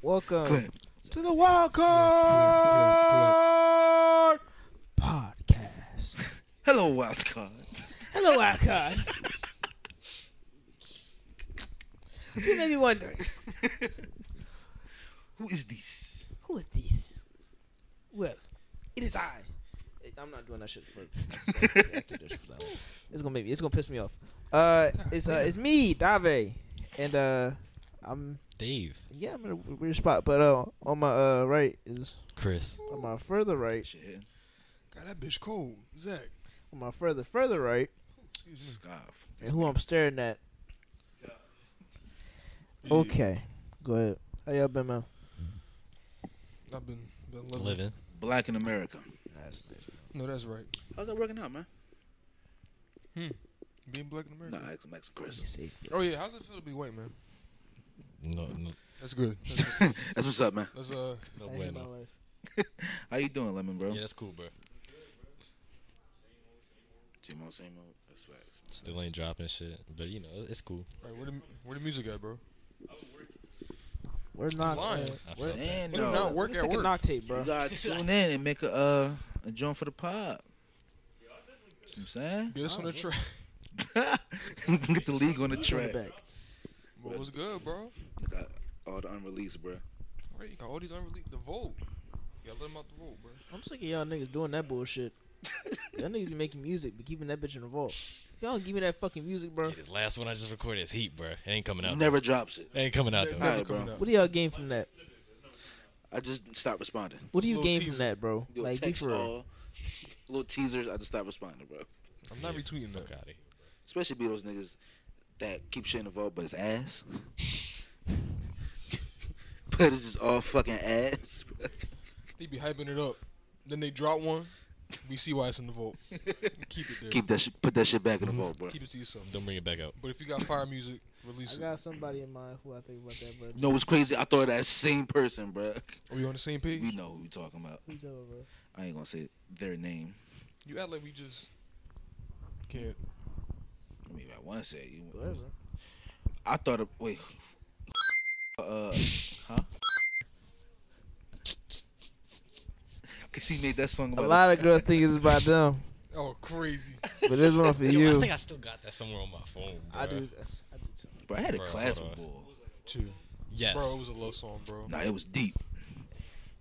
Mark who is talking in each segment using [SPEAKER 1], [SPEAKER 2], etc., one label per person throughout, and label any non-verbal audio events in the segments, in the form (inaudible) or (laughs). [SPEAKER 1] Welcome
[SPEAKER 2] Clip.
[SPEAKER 1] to the Wild Card Podcast.
[SPEAKER 2] Hello, wild card.
[SPEAKER 1] Hello, Wild Card. you may be wondering,
[SPEAKER 2] Who is this?
[SPEAKER 1] who is this? Well, it is I. Eh, I'm not doing that shit for. I keep this for that one. It's gonna make me. It's gonna piss me off. Uh, it's uh, it's me, Dave, and uh, I'm
[SPEAKER 3] Dave,
[SPEAKER 1] yeah, I'm in a weird spot, but uh, on my uh right is
[SPEAKER 3] Chris,
[SPEAKER 1] on my further right,
[SPEAKER 2] Shit.
[SPEAKER 4] God, that bitch cold. Zach.
[SPEAKER 1] on my further further right
[SPEAKER 2] Scarf.
[SPEAKER 1] and who I'm staring at. Okay, go ahead. How y'all been, man?
[SPEAKER 4] I've been, been living.
[SPEAKER 3] living.
[SPEAKER 2] Black in America.
[SPEAKER 4] No, that's right.
[SPEAKER 2] How's that working out, man?
[SPEAKER 4] Being black in America.
[SPEAKER 2] Nah, I asked Max and Chris.
[SPEAKER 4] Oh yeah, how's it feel to be white, man?
[SPEAKER 3] No, no,
[SPEAKER 4] That's good.
[SPEAKER 2] (laughs) (laughs)
[SPEAKER 4] That's,
[SPEAKER 2] That's what's up, man.
[SPEAKER 4] that's uh,
[SPEAKER 3] no bueno.
[SPEAKER 2] How you doing, Lemon, bro?
[SPEAKER 3] Yeah, that's cool, bro.
[SPEAKER 2] Same old, same old. That's facts.
[SPEAKER 3] Still ain't dropping shit, but you know, it's, it's cool.
[SPEAKER 4] all right, where the where the music at, bro?
[SPEAKER 1] We're not. Uh,
[SPEAKER 4] Fine.
[SPEAKER 3] I
[SPEAKER 1] we're
[SPEAKER 3] felt that.
[SPEAKER 2] Man,
[SPEAKER 4] We do
[SPEAKER 2] no.
[SPEAKER 4] not work
[SPEAKER 1] we're
[SPEAKER 4] at
[SPEAKER 1] taking
[SPEAKER 4] work.
[SPEAKER 2] You
[SPEAKER 1] Noctate, bro.
[SPEAKER 2] gotta tune in and make a uh a joint for the pod. You know what I'm
[SPEAKER 4] Get us on the track. (laughs)
[SPEAKER 2] saying? (laughs) Get the league on the track.
[SPEAKER 1] Turn it back.
[SPEAKER 4] But what's good, bro?
[SPEAKER 2] Look at all the unreleased, bro.
[SPEAKER 4] All right, you got all these unreleased. The vote. You gotta let them out the vote, bro.
[SPEAKER 1] I'm sick of y'all niggas doing that bullshit. y'all niggas be making music, but keeping that bitch in the vault. If y'all don't give me that fucking music, bro,
[SPEAKER 3] Yeah, this last one I just recorded is heat, bro. It ain't coming out.
[SPEAKER 2] Never drops it.
[SPEAKER 3] though. It ain't coming out
[SPEAKER 4] They
[SPEAKER 3] though.
[SPEAKER 4] never
[SPEAKER 2] Alright, bro.
[SPEAKER 4] coming out.
[SPEAKER 1] what do y'all gain from that?
[SPEAKER 2] I just stopped responding.
[SPEAKER 1] What do you
[SPEAKER 4] Little
[SPEAKER 1] gain from
[SPEAKER 4] teaser.
[SPEAKER 1] that, bro?
[SPEAKER 2] Yo,
[SPEAKER 1] Like, be
[SPEAKER 2] text
[SPEAKER 1] for real.
[SPEAKER 2] all, little teasers. I just stopped responding, bro.
[SPEAKER 4] I'm not
[SPEAKER 3] Yeah,
[SPEAKER 4] retweeting
[SPEAKER 3] Fuck
[SPEAKER 4] that.
[SPEAKER 3] out of here.
[SPEAKER 2] Especially be those niggas that keep shit in the vault, but it's ass. (laughs) but it's just all fucking ass. bro.
[SPEAKER 4] They be hyping it up. Then they drop one. We see why it's in the
[SPEAKER 2] (laughs)
[SPEAKER 4] vote. Keep it there.
[SPEAKER 2] Keep that shit. Put that shit back in the vault, bro.
[SPEAKER 4] Keep it to yourself.
[SPEAKER 3] Don't bring it back up.
[SPEAKER 4] But if you got fire music, release
[SPEAKER 1] I
[SPEAKER 4] it.
[SPEAKER 1] got somebody in mind who I think about that, bro.
[SPEAKER 2] You know what's crazy? I thought of that same person, bro.
[SPEAKER 4] Are we on the same page?
[SPEAKER 2] We know who we talking about.
[SPEAKER 1] Who's over, bro?
[SPEAKER 2] I ain't gonna say their name.
[SPEAKER 4] You act like we just can't.
[SPEAKER 2] I mean, if I want to say you.
[SPEAKER 1] Whatever.
[SPEAKER 2] I thought of wait. Uh, huh? (laughs) Cause he made that song
[SPEAKER 1] A
[SPEAKER 2] about
[SPEAKER 1] lot of girls think it's about them,
[SPEAKER 4] Oh, crazy.
[SPEAKER 1] but this one for
[SPEAKER 3] Yo, I
[SPEAKER 1] you.
[SPEAKER 3] think I still got that somewhere on my phone. Bro.
[SPEAKER 1] I do. I do too.
[SPEAKER 2] Bro, I had a
[SPEAKER 3] Bro,
[SPEAKER 2] class
[SPEAKER 3] hold
[SPEAKER 2] with
[SPEAKER 3] on.
[SPEAKER 2] Bull.
[SPEAKER 4] Two.
[SPEAKER 3] Yes.
[SPEAKER 4] Bro, it was a love song, bro.
[SPEAKER 2] Nah, it was deep.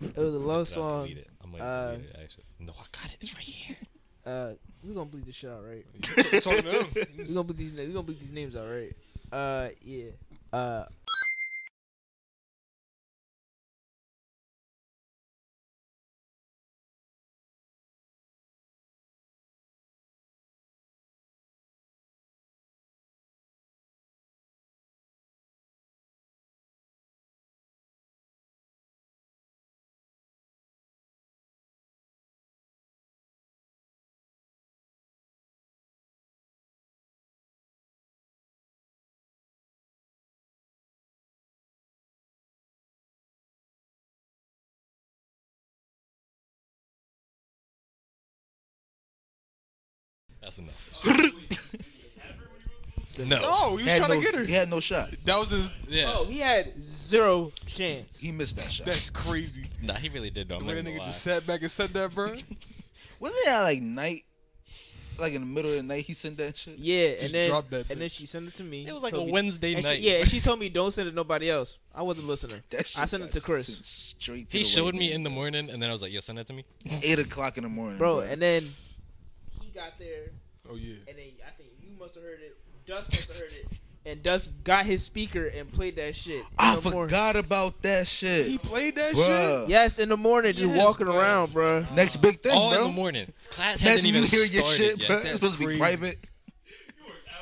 [SPEAKER 1] It was a
[SPEAKER 3] Did I
[SPEAKER 1] love song.
[SPEAKER 3] delete it? I might
[SPEAKER 1] uh,
[SPEAKER 3] delete it actually. No, I got it. It's right here.
[SPEAKER 1] Uh, we gonna bleed this shit out, right?
[SPEAKER 4] Talk- talking to him.
[SPEAKER 1] We gonna bleed these. na- We gonna bleed these names out, right? Uh, yeah. Uh,
[SPEAKER 3] That's
[SPEAKER 2] (laughs)
[SPEAKER 3] enough.
[SPEAKER 4] No, he was
[SPEAKER 2] Had
[SPEAKER 4] trying
[SPEAKER 2] no-
[SPEAKER 4] to get her.
[SPEAKER 2] He had no shot.
[SPEAKER 4] That was his.
[SPEAKER 3] Yeah.
[SPEAKER 1] oh, he had zero chance.
[SPEAKER 2] He missed that shot.
[SPEAKER 4] That's crazy.
[SPEAKER 3] Nah, he really did though. I'm
[SPEAKER 4] The
[SPEAKER 3] not
[SPEAKER 4] way that
[SPEAKER 3] gonna
[SPEAKER 4] nigga
[SPEAKER 3] lie.
[SPEAKER 4] just sat back and said that, bro. (laughs)
[SPEAKER 2] Wasn't that like night, like in the middle of the night? He sent that shit.
[SPEAKER 1] Yeah, and
[SPEAKER 4] Just
[SPEAKER 1] then
[SPEAKER 4] drop that
[SPEAKER 1] and then
[SPEAKER 4] bitch.
[SPEAKER 1] she sent it to me.
[SPEAKER 3] It was like
[SPEAKER 1] told
[SPEAKER 3] a
[SPEAKER 1] me-
[SPEAKER 3] Wednesday
[SPEAKER 1] and she-
[SPEAKER 3] night.
[SPEAKER 1] yeah, and she told me don't send it to nobody else. I wasn't listening.
[SPEAKER 2] That shit
[SPEAKER 1] I sent
[SPEAKER 2] got
[SPEAKER 1] it to Chris.
[SPEAKER 2] sent Straight. To
[SPEAKER 3] He
[SPEAKER 2] the
[SPEAKER 3] showed
[SPEAKER 2] white
[SPEAKER 3] me
[SPEAKER 2] man.
[SPEAKER 3] in the morning, and then I was like, "Yo, send that to me."
[SPEAKER 2] eight o'clock in the morning,
[SPEAKER 1] bro. And then he got there,
[SPEAKER 4] Oh yeah.
[SPEAKER 1] and then I think you must have heard it. Dust must have heard it, and Dust got his speaker and played that shit. in
[SPEAKER 2] I
[SPEAKER 1] the morning.
[SPEAKER 2] forgot about that shit,
[SPEAKER 4] He played that shit.
[SPEAKER 2] Bruh.
[SPEAKER 1] Yes, in the morning, just
[SPEAKER 3] Yes,
[SPEAKER 1] walking
[SPEAKER 3] bro.
[SPEAKER 1] around, bro.
[SPEAKER 2] Next big thing,
[SPEAKER 3] All
[SPEAKER 2] bro.
[SPEAKER 3] in the morning. Class
[SPEAKER 2] Imagine
[SPEAKER 3] hasn't even
[SPEAKER 2] you hear your
[SPEAKER 3] started
[SPEAKER 2] shit,
[SPEAKER 3] yet.
[SPEAKER 2] bro. It's supposed to be
[SPEAKER 4] crazy.
[SPEAKER 2] private.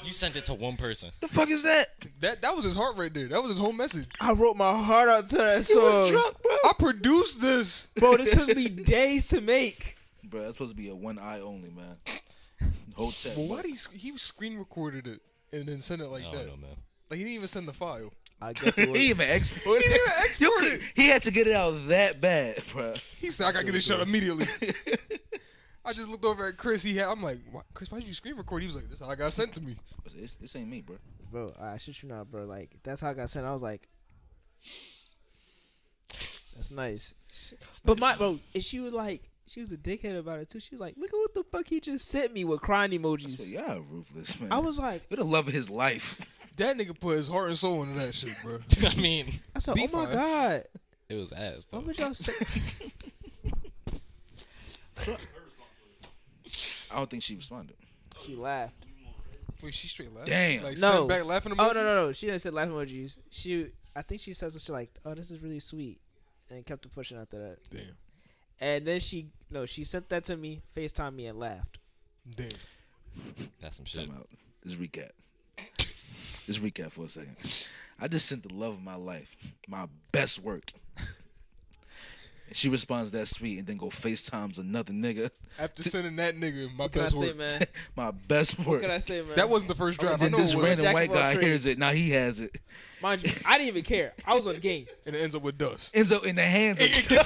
[SPEAKER 3] You sent it to one person.
[SPEAKER 2] The fuck is that?
[SPEAKER 4] That that was his heart right there. That was his whole message.
[SPEAKER 1] I wrote my heart out to that
[SPEAKER 2] He was
[SPEAKER 1] song,
[SPEAKER 2] drunk, bro.
[SPEAKER 4] I produced this.
[SPEAKER 1] bro. This took me days to make.
[SPEAKER 2] Bro, that's supposed to be a one eye only, man. Whole text.
[SPEAKER 4] Well, why did he sc- he screen recorded it and then sent it like
[SPEAKER 3] I
[SPEAKER 4] that?
[SPEAKER 3] don't know, man. (laughs)
[SPEAKER 4] Like he didn't even send the file.
[SPEAKER 1] I guess it was.
[SPEAKER 2] he even exported.
[SPEAKER 4] He even
[SPEAKER 2] You
[SPEAKER 4] exported
[SPEAKER 2] could- he had to get it out that bad, bro.
[SPEAKER 4] He said, "I gotta get this shot (laughs) immediately." I just looked over at Chris. He had. I'm like, "Why- Chris, why did you screen record? He was like, "This is how I got sent to me."
[SPEAKER 2] This, this ain't me, bro.
[SPEAKER 1] bro. I shit you not, bro. Like that's how I got sent. I was like, That's nice. But my bro, and she was like, she was a dickhead about it too. She was like, look at what the fuck he just sent me with crying
[SPEAKER 2] So
[SPEAKER 1] emojis.
[SPEAKER 2] y'all ruthless, man.
[SPEAKER 1] I was like,
[SPEAKER 2] for the love of his life.
[SPEAKER 4] That nigga put his heart and soul into that shit, bro.
[SPEAKER 3] I mean,
[SPEAKER 1] I said,
[SPEAKER 4] Be
[SPEAKER 1] oh my
[SPEAKER 4] fine.
[SPEAKER 1] god,
[SPEAKER 3] it was ass. Though.
[SPEAKER 1] what would y'all say?
[SPEAKER 2] (laughs) I don't think she responded.
[SPEAKER 1] she laughed.
[SPEAKER 4] Wait, she straight laughed.
[SPEAKER 2] Damn.
[SPEAKER 4] Like
[SPEAKER 1] No.
[SPEAKER 4] sitting back laughing.
[SPEAKER 1] Oh no
[SPEAKER 4] emoji?
[SPEAKER 1] no no, she didn't say laugh emojis. She, I think she said something like, oh this is really sweet, and kept pushing after that.
[SPEAKER 4] Damn.
[SPEAKER 1] And then she, no, she sent that to me, Facetime me, and laughed.
[SPEAKER 4] Damn.
[SPEAKER 3] That's some shit.
[SPEAKER 2] Time out. Let's recap. Let's recap for a second. I just sent the love of my life, my best work. And she responds that sweet and then go FaceTimes another nigga.
[SPEAKER 4] After sending that nigga my
[SPEAKER 1] What can I
[SPEAKER 4] best
[SPEAKER 1] say,
[SPEAKER 4] work. (laughs)
[SPEAKER 1] man?
[SPEAKER 2] My best work.
[SPEAKER 1] What can I say, man?
[SPEAKER 4] That wasn't the first
[SPEAKER 1] I'm
[SPEAKER 4] drive. I
[SPEAKER 2] and
[SPEAKER 4] know it
[SPEAKER 2] this
[SPEAKER 4] was,
[SPEAKER 1] wasn't.
[SPEAKER 2] random
[SPEAKER 1] Jack
[SPEAKER 2] white
[SPEAKER 1] of all
[SPEAKER 2] guy hears
[SPEAKER 1] trades.
[SPEAKER 2] it. Now he has it.
[SPEAKER 1] mind you, I didn't even care. I was on the game.
[SPEAKER 4] and it ends up with dust.
[SPEAKER 2] (laughs) Ends up in the hands of
[SPEAKER 4] It gets in
[SPEAKER 2] (laughs)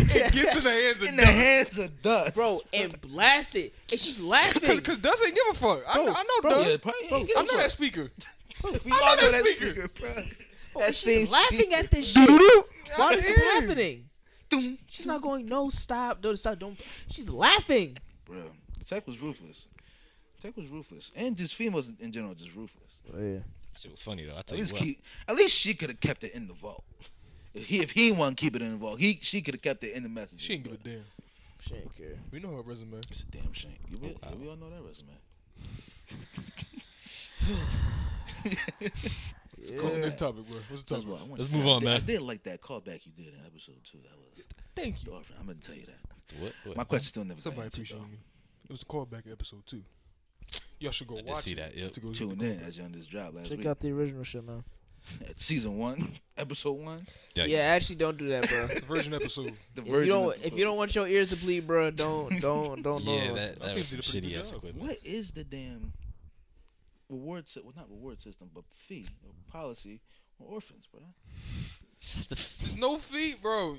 [SPEAKER 4] the, it gets (laughs) in the hands of
[SPEAKER 2] in the hands of dust,
[SPEAKER 1] bro, (laughs) and blast it. And she's
[SPEAKER 4] Cause,
[SPEAKER 1] laughing.
[SPEAKER 4] Cause Dust ain't give a fuck. I, know- I know
[SPEAKER 2] Bro, yeah,
[SPEAKER 4] Dust.
[SPEAKER 2] probably-
[SPEAKER 4] I know that speaker.
[SPEAKER 2] We
[SPEAKER 4] I
[SPEAKER 2] all
[SPEAKER 4] know
[SPEAKER 2] know
[SPEAKER 4] that
[SPEAKER 2] that
[SPEAKER 4] speaker.
[SPEAKER 2] speaker, bro. That
[SPEAKER 1] she's laughing at this
[SPEAKER 4] (laughs)
[SPEAKER 1] shit.
[SPEAKER 4] Why
[SPEAKER 1] Why this is happening? She's not going, no, stop, don't stop, don't. She's laughing.
[SPEAKER 2] Bro, the tech was ruthless. Tech was ruthless, and just females in general just ruthless.
[SPEAKER 1] Oh, yeah.
[SPEAKER 3] Shit was funny though. I
[SPEAKER 2] At
[SPEAKER 3] tell you
[SPEAKER 2] least,
[SPEAKER 3] what.
[SPEAKER 2] keep, at least she could have kept it in the vault. If he if he didn't want to keep it in the vault, he she could have kept it in the message.
[SPEAKER 4] She ain't give a damn.
[SPEAKER 1] She ain't care.
[SPEAKER 4] We know her resume.
[SPEAKER 2] It's a damn shame. You really-
[SPEAKER 3] Oh, wow.
[SPEAKER 2] We all know that resume.
[SPEAKER 4] What's the next topic, bro? What's the
[SPEAKER 2] That's
[SPEAKER 4] topic?
[SPEAKER 2] what I wanted
[SPEAKER 3] Let's
[SPEAKER 2] to say.
[SPEAKER 3] move
[SPEAKER 2] I
[SPEAKER 3] on,
[SPEAKER 2] did-
[SPEAKER 3] man.
[SPEAKER 2] I did like that callback you did in episode two. That was
[SPEAKER 4] Thank you.
[SPEAKER 2] Dorfin. I'm gonna tell you that.
[SPEAKER 3] What? what?
[SPEAKER 2] My question still never.
[SPEAKER 4] Somebody
[SPEAKER 2] got answered,
[SPEAKER 4] appreciate
[SPEAKER 2] though.
[SPEAKER 4] me. It was the callback episode two. Y'all should go
[SPEAKER 3] I did
[SPEAKER 4] watch
[SPEAKER 3] see
[SPEAKER 4] it
[SPEAKER 3] that, yep.
[SPEAKER 4] to go see
[SPEAKER 2] Tune
[SPEAKER 4] the
[SPEAKER 2] in
[SPEAKER 4] callback.
[SPEAKER 2] as you on this job last
[SPEAKER 1] Check
[SPEAKER 2] week.
[SPEAKER 1] out the original shit, man.
[SPEAKER 2] Season one, (laughs) episode one.
[SPEAKER 3] Yikes.
[SPEAKER 1] Yeah, actually, don't do that, bro.
[SPEAKER 4] The Virgin episode.
[SPEAKER 2] The
[SPEAKER 1] If
[SPEAKER 2] virgin
[SPEAKER 1] you don't, if
[SPEAKER 2] episode.
[SPEAKER 1] you don't want your ears to bleed, bro, don't, don't, don't,
[SPEAKER 3] Yeah,
[SPEAKER 1] don't.
[SPEAKER 3] that, that
[SPEAKER 4] think
[SPEAKER 3] was some
[SPEAKER 4] they did a pretty
[SPEAKER 3] shitty
[SPEAKER 4] good
[SPEAKER 3] ass
[SPEAKER 4] job.
[SPEAKER 3] equipment.
[SPEAKER 2] What is the damn reward? sy- well, not reward system, but fee or policy on orphans, bro.
[SPEAKER 3] Shut the f-
[SPEAKER 4] There's no feet, bro.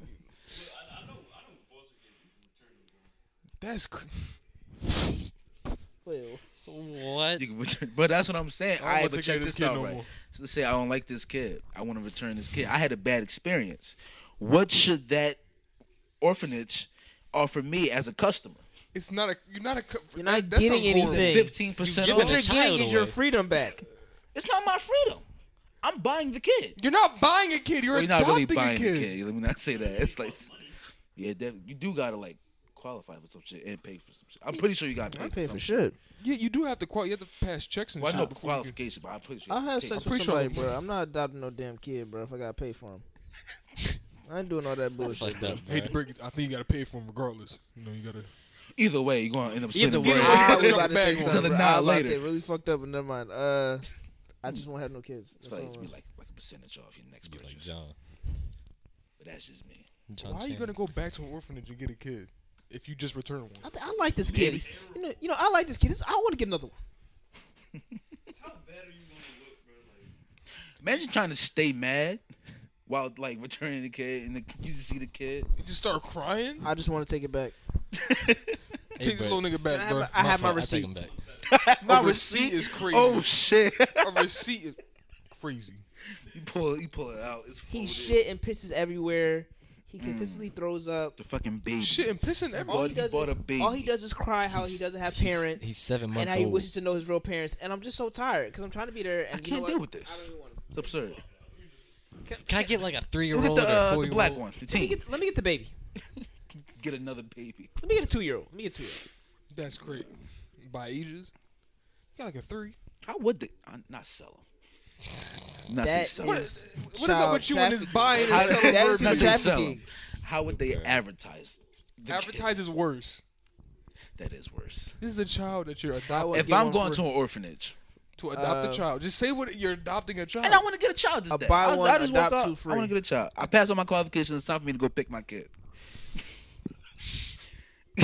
[SPEAKER 4] That's cr-
[SPEAKER 1] Wait,
[SPEAKER 3] What?
[SPEAKER 2] You can return, but that's what I'm saying.
[SPEAKER 4] I
[SPEAKER 2] All
[SPEAKER 4] don't
[SPEAKER 2] right,
[SPEAKER 4] wanna
[SPEAKER 2] but
[SPEAKER 4] take
[SPEAKER 2] check
[SPEAKER 4] care of this
[SPEAKER 2] this
[SPEAKER 4] kid
[SPEAKER 2] out,
[SPEAKER 4] no
[SPEAKER 2] right?
[SPEAKER 4] more.
[SPEAKER 2] So let's say I don't like this kid. I want to return this kid. I had a bad experience. What should that orphanage offer me as a customer?
[SPEAKER 4] it's not a. You're not a. cu-
[SPEAKER 1] You're
[SPEAKER 4] that-
[SPEAKER 1] not
[SPEAKER 4] that sounds
[SPEAKER 1] getting
[SPEAKER 4] horrible.
[SPEAKER 1] anything. Hey,
[SPEAKER 2] Fifteen percent
[SPEAKER 3] giving
[SPEAKER 1] what
[SPEAKER 3] the
[SPEAKER 1] you're
[SPEAKER 2] off.
[SPEAKER 1] getting
[SPEAKER 3] child
[SPEAKER 1] is your
[SPEAKER 3] away.
[SPEAKER 1] freedom back.
[SPEAKER 2] It's not my freedom. I'm buying the kid.
[SPEAKER 4] You're not buying a kid. You're
[SPEAKER 2] Well, you're not really
[SPEAKER 4] adopting
[SPEAKER 2] buying
[SPEAKER 4] a kid.
[SPEAKER 2] the kid. Let me not say that. It's like, yeah, def- you do gotta like qualify for some shit and pay for some shit. I'm pretty sure you gotta pay,
[SPEAKER 1] I pay
[SPEAKER 2] some
[SPEAKER 1] for shit.
[SPEAKER 4] Yeah, you do have to qual. You have to pass checks and
[SPEAKER 2] Well, I
[SPEAKER 4] shit
[SPEAKER 2] know
[SPEAKER 4] before you can-
[SPEAKER 2] qualification, but I'm pretty sure.
[SPEAKER 1] I'll
[SPEAKER 2] you
[SPEAKER 1] have
[SPEAKER 2] pay
[SPEAKER 1] sex
[SPEAKER 2] for
[SPEAKER 1] with
[SPEAKER 4] Appreciate
[SPEAKER 1] somebody,
[SPEAKER 4] it.
[SPEAKER 1] bro. I'm not adopting no damn kid, bro. If I gotta pay for (laughs) him, I ain't doing all that
[SPEAKER 3] That's
[SPEAKER 1] bullshit.
[SPEAKER 3] fucked up,
[SPEAKER 4] I hate to
[SPEAKER 3] bro.
[SPEAKER 4] break it. I think you gotta pay for them regardless. You know, you gotta.
[SPEAKER 2] it. Either way, you're gonna end up.
[SPEAKER 3] Either
[SPEAKER 2] spending
[SPEAKER 3] way.
[SPEAKER 2] money.
[SPEAKER 1] I was
[SPEAKER 4] Drop
[SPEAKER 1] about
[SPEAKER 4] the
[SPEAKER 1] to say
[SPEAKER 4] bag on.
[SPEAKER 2] Till
[SPEAKER 1] something. bro.
[SPEAKER 2] the
[SPEAKER 1] I
[SPEAKER 2] night
[SPEAKER 1] was about to say
[SPEAKER 2] later.
[SPEAKER 1] really fucked up, but never mind. Uh, I just won't have no kids.
[SPEAKER 2] It's
[SPEAKER 1] That's
[SPEAKER 2] like
[SPEAKER 1] all.
[SPEAKER 2] it's be like like a percentage off your next
[SPEAKER 3] You like
[SPEAKER 2] purchase.
[SPEAKER 3] John.
[SPEAKER 2] but that's just me.
[SPEAKER 3] John
[SPEAKER 4] Why are you
[SPEAKER 3] Chan.
[SPEAKER 4] gonna go back to an orphanage and get a kid if you just return one?
[SPEAKER 1] I, th- I like this kid. You know, you know, I like this kid. This- I want to get another one.
[SPEAKER 2] Imagine trying to stay mad while like returning the kid, and the, you just see the kid.
[SPEAKER 4] You just start crying.
[SPEAKER 1] I just want to take it back.
[SPEAKER 3] Hey,
[SPEAKER 4] Take this
[SPEAKER 3] bro,
[SPEAKER 4] little nigga
[SPEAKER 1] I
[SPEAKER 4] back,
[SPEAKER 1] have
[SPEAKER 4] bro.
[SPEAKER 1] a- I have my
[SPEAKER 3] fault, I
[SPEAKER 1] receipt.
[SPEAKER 3] take him back.
[SPEAKER 2] My
[SPEAKER 4] A receipt is crazy.
[SPEAKER 2] Oh
[SPEAKER 1] (laughs)
[SPEAKER 2] shit!
[SPEAKER 4] A receipt is crazy.
[SPEAKER 2] you pull, you pull Oh, it out. It's
[SPEAKER 1] He
[SPEAKER 2] folded.
[SPEAKER 1] shit and pisses everywhere. He consistently throws up.
[SPEAKER 2] The fucking baby.
[SPEAKER 4] Shit and pissing
[SPEAKER 2] All
[SPEAKER 1] All
[SPEAKER 4] everybody.
[SPEAKER 1] he,
[SPEAKER 2] he
[SPEAKER 1] does
[SPEAKER 2] bought
[SPEAKER 1] is,
[SPEAKER 2] a baby.
[SPEAKER 1] all he does is cry how he
[SPEAKER 3] He's-
[SPEAKER 1] doesn't have
[SPEAKER 3] he's-
[SPEAKER 1] parents
[SPEAKER 3] He's seven
[SPEAKER 1] and
[SPEAKER 3] months
[SPEAKER 1] how he
[SPEAKER 3] old.
[SPEAKER 1] wishes to know his real parents. And I'm just so tired because I'm trying to be there. And
[SPEAKER 2] I
[SPEAKER 1] you
[SPEAKER 2] can't
[SPEAKER 1] know
[SPEAKER 2] deal
[SPEAKER 1] what?
[SPEAKER 2] with this.
[SPEAKER 1] I don't even want to.
[SPEAKER 2] It's absurd.
[SPEAKER 3] Can I get like a
[SPEAKER 2] Look at
[SPEAKER 3] three-year-old
[SPEAKER 2] the,
[SPEAKER 3] or
[SPEAKER 2] uh, the
[SPEAKER 3] four-year-old?
[SPEAKER 2] black one. The
[SPEAKER 1] Let me
[SPEAKER 2] team.
[SPEAKER 1] get, let me get the baby.
[SPEAKER 2] Get another baby.
[SPEAKER 1] Let me get a two year old. Let me get a two year old.
[SPEAKER 4] That's crazy. By ages, you got like a three.
[SPEAKER 2] How would they uh, not sell them? Not say
[SPEAKER 1] That
[SPEAKER 2] sell
[SPEAKER 4] What
[SPEAKER 2] 'em.
[SPEAKER 4] is, what is
[SPEAKER 1] Child
[SPEAKER 4] up with you and this
[SPEAKER 1] trafficking.
[SPEAKER 4] buying and
[SPEAKER 2] How-
[SPEAKER 4] selling
[SPEAKER 1] That is
[SPEAKER 2] Not
[SPEAKER 4] birds?
[SPEAKER 2] say
[SPEAKER 1] trafficking.
[SPEAKER 2] sell 'em. How would they
[SPEAKER 3] Okay.
[SPEAKER 2] advertise? the kid?
[SPEAKER 4] Advertise is worse.
[SPEAKER 2] That is worse.
[SPEAKER 4] This is a child that you're
[SPEAKER 1] would-
[SPEAKER 4] adopting.
[SPEAKER 2] If
[SPEAKER 1] get
[SPEAKER 2] I'm
[SPEAKER 1] one
[SPEAKER 2] going
[SPEAKER 1] for-
[SPEAKER 2] to an orphanage
[SPEAKER 4] To adopt
[SPEAKER 1] Uh,
[SPEAKER 4] a child, just say what you're adopting a child.
[SPEAKER 2] and I want to get a child this
[SPEAKER 1] A
[SPEAKER 2] day,
[SPEAKER 1] buy
[SPEAKER 2] I, was-
[SPEAKER 1] one,
[SPEAKER 2] I just woke
[SPEAKER 1] adopt
[SPEAKER 2] up.
[SPEAKER 1] two
[SPEAKER 2] I
[SPEAKER 1] free.
[SPEAKER 2] want to get a child. I passed all my qualifications. It's time for me to go pick my kid. (laughs)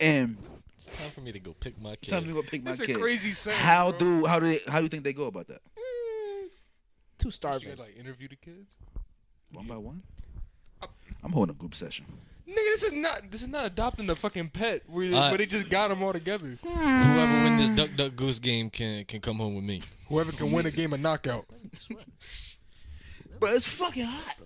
[SPEAKER 2] and
[SPEAKER 3] It's time for me to go pick my kid.
[SPEAKER 2] tell me what pick my
[SPEAKER 4] That's a
[SPEAKER 2] kid.
[SPEAKER 4] crazy sentence.
[SPEAKER 2] how
[SPEAKER 4] bro.
[SPEAKER 2] do how do they, how do you think they go about that?
[SPEAKER 1] Too
[SPEAKER 4] you
[SPEAKER 1] starving.
[SPEAKER 4] gotta, like interview the kids?
[SPEAKER 2] One by one. I'm holding a group session.
[SPEAKER 4] Nigga, this is not this is not adopting a fucking pet where,
[SPEAKER 3] Uh,
[SPEAKER 4] where they just got them all together.
[SPEAKER 3] Whoever win this duck duck goose game can can come home with me.
[SPEAKER 1] (laughs)
[SPEAKER 4] Whoever can win a game of knockout.
[SPEAKER 2] bro. It's fucking hot.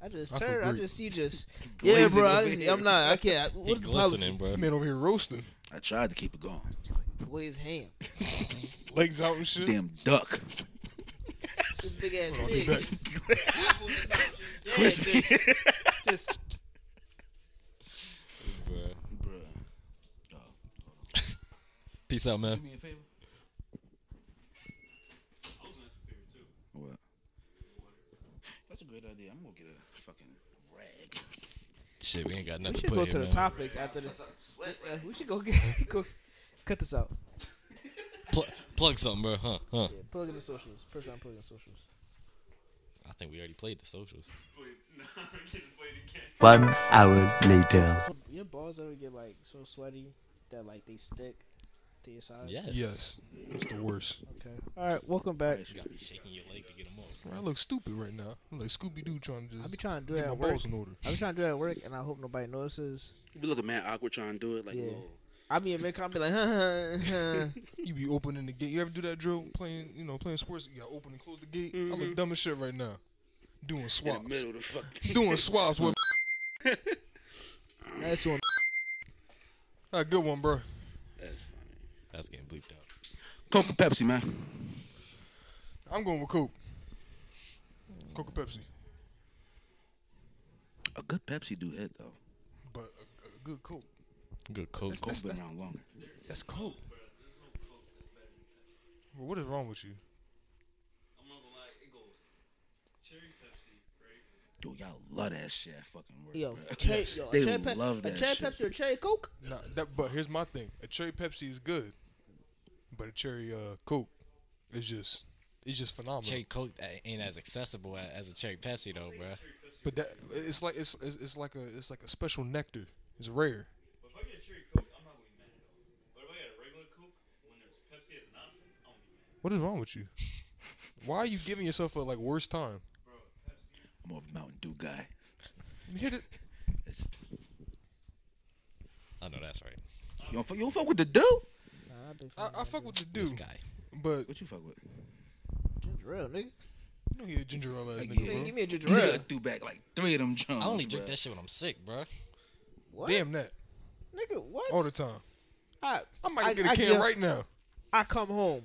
[SPEAKER 1] I just
[SPEAKER 4] I feel
[SPEAKER 1] turn. I
[SPEAKER 4] great.
[SPEAKER 1] just see just. yeah,
[SPEAKER 2] Glazing
[SPEAKER 1] bro. I,
[SPEAKER 2] over here.
[SPEAKER 1] am not. I can't. I-
[SPEAKER 3] He's
[SPEAKER 1] What's the
[SPEAKER 3] glistening,
[SPEAKER 1] policy?
[SPEAKER 3] bro.
[SPEAKER 4] This man over here roasting,
[SPEAKER 2] I tried to keep it going.
[SPEAKER 1] Blaze ham.
[SPEAKER 4] legs out and shit.
[SPEAKER 2] Damn duck.
[SPEAKER 1] This big ass
[SPEAKER 4] be
[SPEAKER 1] pig. (laughs)
[SPEAKER 4] back.
[SPEAKER 1] just- apple in his mouth, just
[SPEAKER 2] Crispy.
[SPEAKER 1] dead, Just, just
[SPEAKER 3] Bruh.
[SPEAKER 2] Bruh.
[SPEAKER 3] Peace out, man.
[SPEAKER 2] me a favor. What? That's a great idea. I'm gonna get a fucking rag.
[SPEAKER 3] Shit, we ain't got
[SPEAKER 1] we
[SPEAKER 3] nothing
[SPEAKER 1] should
[SPEAKER 3] to
[SPEAKER 1] go
[SPEAKER 3] put
[SPEAKER 1] to
[SPEAKER 3] here,
[SPEAKER 1] the
[SPEAKER 3] man.
[SPEAKER 1] topics after this. Uh, we should go get (laughs) go cut this out.
[SPEAKER 3] Pl- plug something, bro. Huh? Huh?
[SPEAKER 1] Yeah, plug in the socials. First time plug in the socials.
[SPEAKER 3] I think we already played the socials.
[SPEAKER 5] One hour later.
[SPEAKER 1] Your balls ever get like so sweaty that like they stick to your sides?
[SPEAKER 3] Yes.
[SPEAKER 4] Yes, it's the worst.
[SPEAKER 1] Okay. All right. Welcome back.
[SPEAKER 3] You gotta be shaking your leg to get them off.
[SPEAKER 4] Bro, I look stupid right now. I'm like Scooby Doo trying to
[SPEAKER 1] I
[SPEAKER 4] just
[SPEAKER 1] be trying to do
[SPEAKER 4] get
[SPEAKER 1] that
[SPEAKER 4] my
[SPEAKER 1] at work.
[SPEAKER 4] balls in order.
[SPEAKER 1] I be trying to do that at work, and I hope nobody notices.
[SPEAKER 6] You be looking mad awkward trying to do it, like a
[SPEAKER 1] Yeah.
[SPEAKER 6] little.
[SPEAKER 1] I be in mid I be like, (laughs) huh, huh,
[SPEAKER 4] You be opening the gate. You ever do that drill playing? You know, playing sports. You got open and close the gate. I look dumb as shit right now,
[SPEAKER 6] Mm-hmm. In
[SPEAKER 4] doing
[SPEAKER 6] the
[SPEAKER 4] swaps,
[SPEAKER 6] middle of the fucking. (laughs)
[SPEAKER 4] doing swaps with
[SPEAKER 1] huh. That's one.
[SPEAKER 4] a good one, bro.
[SPEAKER 6] That's funny.
[SPEAKER 3] That's getting bleeped out.
[SPEAKER 2] Coke and Pepsi, man.
[SPEAKER 4] I'm going with Coke, Coke or Pepsi,
[SPEAKER 2] A good Pepsi do hit though.
[SPEAKER 4] but a, a good Coke.
[SPEAKER 3] Good coach.
[SPEAKER 2] Coke been around longer.
[SPEAKER 4] That's Coke. Bro, what is wrong with you?
[SPEAKER 2] Yo, y'all love that shit. at Fucking work,
[SPEAKER 4] (laughs)
[SPEAKER 1] Yo,
[SPEAKER 2] bruh.
[SPEAKER 1] a cherry, yo,
[SPEAKER 2] They
[SPEAKER 1] a cherry, pe-
[SPEAKER 2] love
[SPEAKER 1] a
[SPEAKER 2] that
[SPEAKER 1] cherry
[SPEAKER 2] shit.
[SPEAKER 1] Pepsi or a cherry Coke?
[SPEAKER 4] Nah, that, but here's my thing: a cherry Pepsi is good, but a cherry uh, Coke is just it's just phenomenal.
[SPEAKER 3] Cherry Coke that ain't as accessible a- as a Cherry Pepsi though, bro.
[SPEAKER 4] But that it's like it's, it's it's like a it's like a special nectar. It's rare.
[SPEAKER 7] But if I get a cherry coke, I'm not gonna be mad at all. But if I get a regular coke, when there's Pepsi as an option, I'm gonna be mad.
[SPEAKER 4] What is wrong
[SPEAKER 6] (laughs)
[SPEAKER 4] with you? Why are you giving yourself a like worse time?
[SPEAKER 2] I'm more of a Mountain Dew guy.
[SPEAKER 4] You hit it.
[SPEAKER 2] It's-
[SPEAKER 3] I know that's right.
[SPEAKER 2] you, don't fuck, you don't fuck with the Dew?
[SPEAKER 1] Nah, I've been
[SPEAKER 4] I, I fuck with the
[SPEAKER 3] This
[SPEAKER 4] dude,
[SPEAKER 3] guy.
[SPEAKER 4] but
[SPEAKER 2] What you fuck with?
[SPEAKER 1] ginger ale, nigga.
[SPEAKER 4] you know he a ginger ale ass
[SPEAKER 2] Like,
[SPEAKER 4] Mm-hmm.
[SPEAKER 2] yeah.
[SPEAKER 4] nigga,
[SPEAKER 1] Man,
[SPEAKER 4] bro.
[SPEAKER 1] give me a
[SPEAKER 2] You
[SPEAKER 1] ginger ale,
[SPEAKER 2] gotta do back like three of them drums.
[SPEAKER 3] I only
[SPEAKER 2] bruh.
[SPEAKER 3] drink that shit when I'm sick, bro.
[SPEAKER 1] what?
[SPEAKER 4] Damn that
[SPEAKER 1] nigga, what?
[SPEAKER 4] all the time.
[SPEAKER 1] I,
[SPEAKER 4] I might
[SPEAKER 1] I-
[SPEAKER 4] get a
[SPEAKER 1] I
[SPEAKER 4] can
[SPEAKER 1] give-
[SPEAKER 4] right now.
[SPEAKER 1] I come home.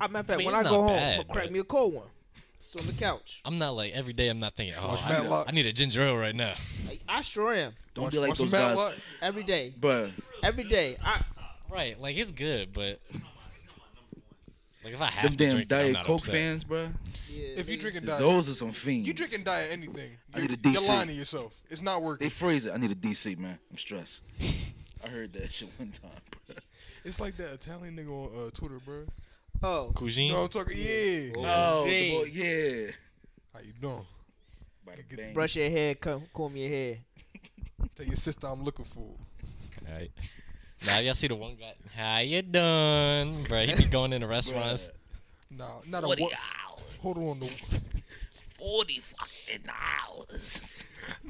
[SPEAKER 1] I, matter of fact,
[SPEAKER 3] mean,
[SPEAKER 1] when I
[SPEAKER 3] it's
[SPEAKER 1] go
[SPEAKER 3] not
[SPEAKER 1] home,
[SPEAKER 3] bad,
[SPEAKER 1] I'll crack
[SPEAKER 3] but-
[SPEAKER 1] me a cold one. Sit on the couch.
[SPEAKER 3] I'm not like every day. I'm not thinking, oh, I,
[SPEAKER 4] Matlock.
[SPEAKER 3] I need a ginger ale right now.
[SPEAKER 1] Like, I sure am.
[SPEAKER 2] Don't be like
[SPEAKER 4] Watch some
[SPEAKER 2] those guys,
[SPEAKER 4] Matlock.
[SPEAKER 1] Every day.
[SPEAKER 2] bruh.
[SPEAKER 1] Every day. I,
[SPEAKER 3] Right, like it's good, but like if I have
[SPEAKER 2] Them
[SPEAKER 3] to
[SPEAKER 2] damn
[SPEAKER 3] drink it, I'm
[SPEAKER 2] Diet
[SPEAKER 3] not
[SPEAKER 2] Coke
[SPEAKER 3] upset.
[SPEAKER 2] fans, bruh.
[SPEAKER 1] yeah,
[SPEAKER 4] If you
[SPEAKER 1] nigga.
[SPEAKER 4] drinking diet,
[SPEAKER 2] Those are some fiends.
[SPEAKER 4] you drinking diet anything,
[SPEAKER 2] I
[SPEAKER 4] you're,
[SPEAKER 2] need a
[SPEAKER 4] you're
[SPEAKER 2] DC.
[SPEAKER 4] lying to yourself. It's not
[SPEAKER 2] They
[SPEAKER 4] working.
[SPEAKER 2] freeze it. I need a DC, man. I'm stressed. I heard that shit one time, bruh.
[SPEAKER 4] It's like that Italian nigga on uh, Twitter, bro.
[SPEAKER 1] Oh.
[SPEAKER 3] Cuisine.
[SPEAKER 4] You know what I'm talking? Yeah.
[SPEAKER 2] Oh, the
[SPEAKER 1] Gee.
[SPEAKER 2] boy, yeah.
[SPEAKER 4] How you doing?
[SPEAKER 2] By
[SPEAKER 4] Good-
[SPEAKER 2] the bang.
[SPEAKER 1] Brush your hair, comb, comb your hair.
[SPEAKER 4] Tell your sister I'm looking for.
[SPEAKER 3] All right. Now y'all see the one guy. How you doing, bro? He
[SPEAKER 2] (laughs)
[SPEAKER 3] be going into restaurants.
[SPEAKER 4] Nah, not a
[SPEAKER 2] Forty
[SPEAKER 4] one.
[SPEAKER 2] hours.
[SPEAKER 4] Hold on, the
[SPEAKER 2] Forty fucking hours.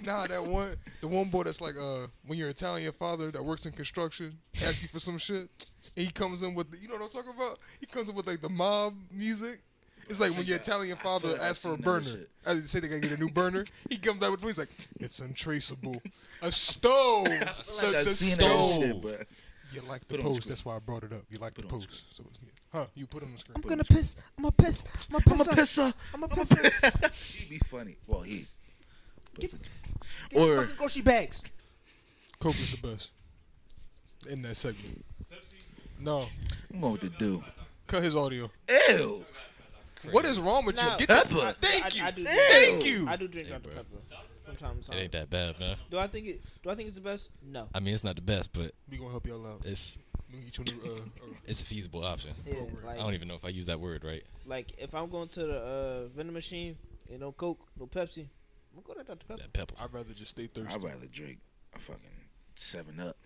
[SPEAKER 4] Nah, that one, the one boy that's like, uh, when your Italian father that works in construction asks you for some shit, and he comes in with, the, you know what I'm talking about? He comes in with like the mob music. It's like when your Italian
[SPEAKER 2] feel
[SPEAKER 4] father
[SPEAKER 2] like I've
[SPEAKER 4] asks for a
[SPEAKER 2] seen that
[SPEAKER 4] burner.
[SPEAKER 2] shit.
[SPEAKER 4] I say they gotta get a new burner. He comes out with he's like, it's untraceable. A (laughs) stove. Such
[SPEAKER 2] I've
[SPEAKER 4] a
[SPEAKER 2] seen that
[SPEAKER 4] stove.
[SPEAKER 2] shit, bruh.
[SPEAKER 4] You like the
[SPEAKER 2] on
[SPEAKER 4] post.
[SPEAKER 2] screen.
[SPEAKER 4] That's why I brought it up. You like the
[SPEAKER 2] Put on
[SPEAKER 4] post. So, it's- yeah. Huh? You put it on the screen.
[SPEAKER 1] I'm gonna piss. I'm a piss. I'm a
[SPEAKER 2] I'm a
[SPEAKER 1] pisser.
[SPEAKER 2] pisser.
[SPEAKER 1] I'm a pisser.
[SPEAKER 2] (laughs) She be funny. Well, he.
[SPEAKER 1] Get-
[SPEAKER 2] Or-
[SPEAKER 1] fucking grocery bags.
[SPEAKER 4] Coke is the best. In that segment.
[SPEAKER 7] Pepsi,
[SPEAKER 4] No.
[SPEAKER 2] I'm going with the dude.
[SPEAKER 4] Cut his audio.
[SPEAKER 2] Ew.
[SPEAKER 4] What is wrong with
[SPEAKER 1] Nah.
[SPEAKER 4] you? Get the
[SPEAKER 2] Pepper.
[SPEAKER 1] I,
[SPEAKER 4] Thank you.
[SPEAKER 1] I do drink-
[SPEAKER 4] Thank you.
[SPEAKER 1] I do drink Dr
[SPEAKER 3] bro.
[SPEAKER 1] Pepper from time to
[SPEAKER 3] It
[SPEAKER 1] time.
[SPEAKER 3] ain't that bad, man.
[SPEAKER 1] Do I think it? Do I think it's the best? No.
[SPEAKER 3] I mean, it's not the best, but
[SPEAKER 4] We gonna help y'all out.
[SPEAKER 3] it's
[SPEAKER 4] We gonna get you a new. Uh, uh,
[SPEAKER 3] it's a feasible option.
[SPEAKER 1] Yeah,
[SPEAKER 3] I don't
[SPEAKER 1] like,
[SPEAKER 3] even know if I use that word right.
[SPEAKER 1] like if I'm going to the uh, vending machine and no Coke, no Pepsi, I'm gonna go to Dr Pepper.
[SPEAKER 3] That pepper.
[SPEAKER 4] I'd rather just stay thirsty.
[SPEAKER 2] I'd rather drink a fucking Seven Up.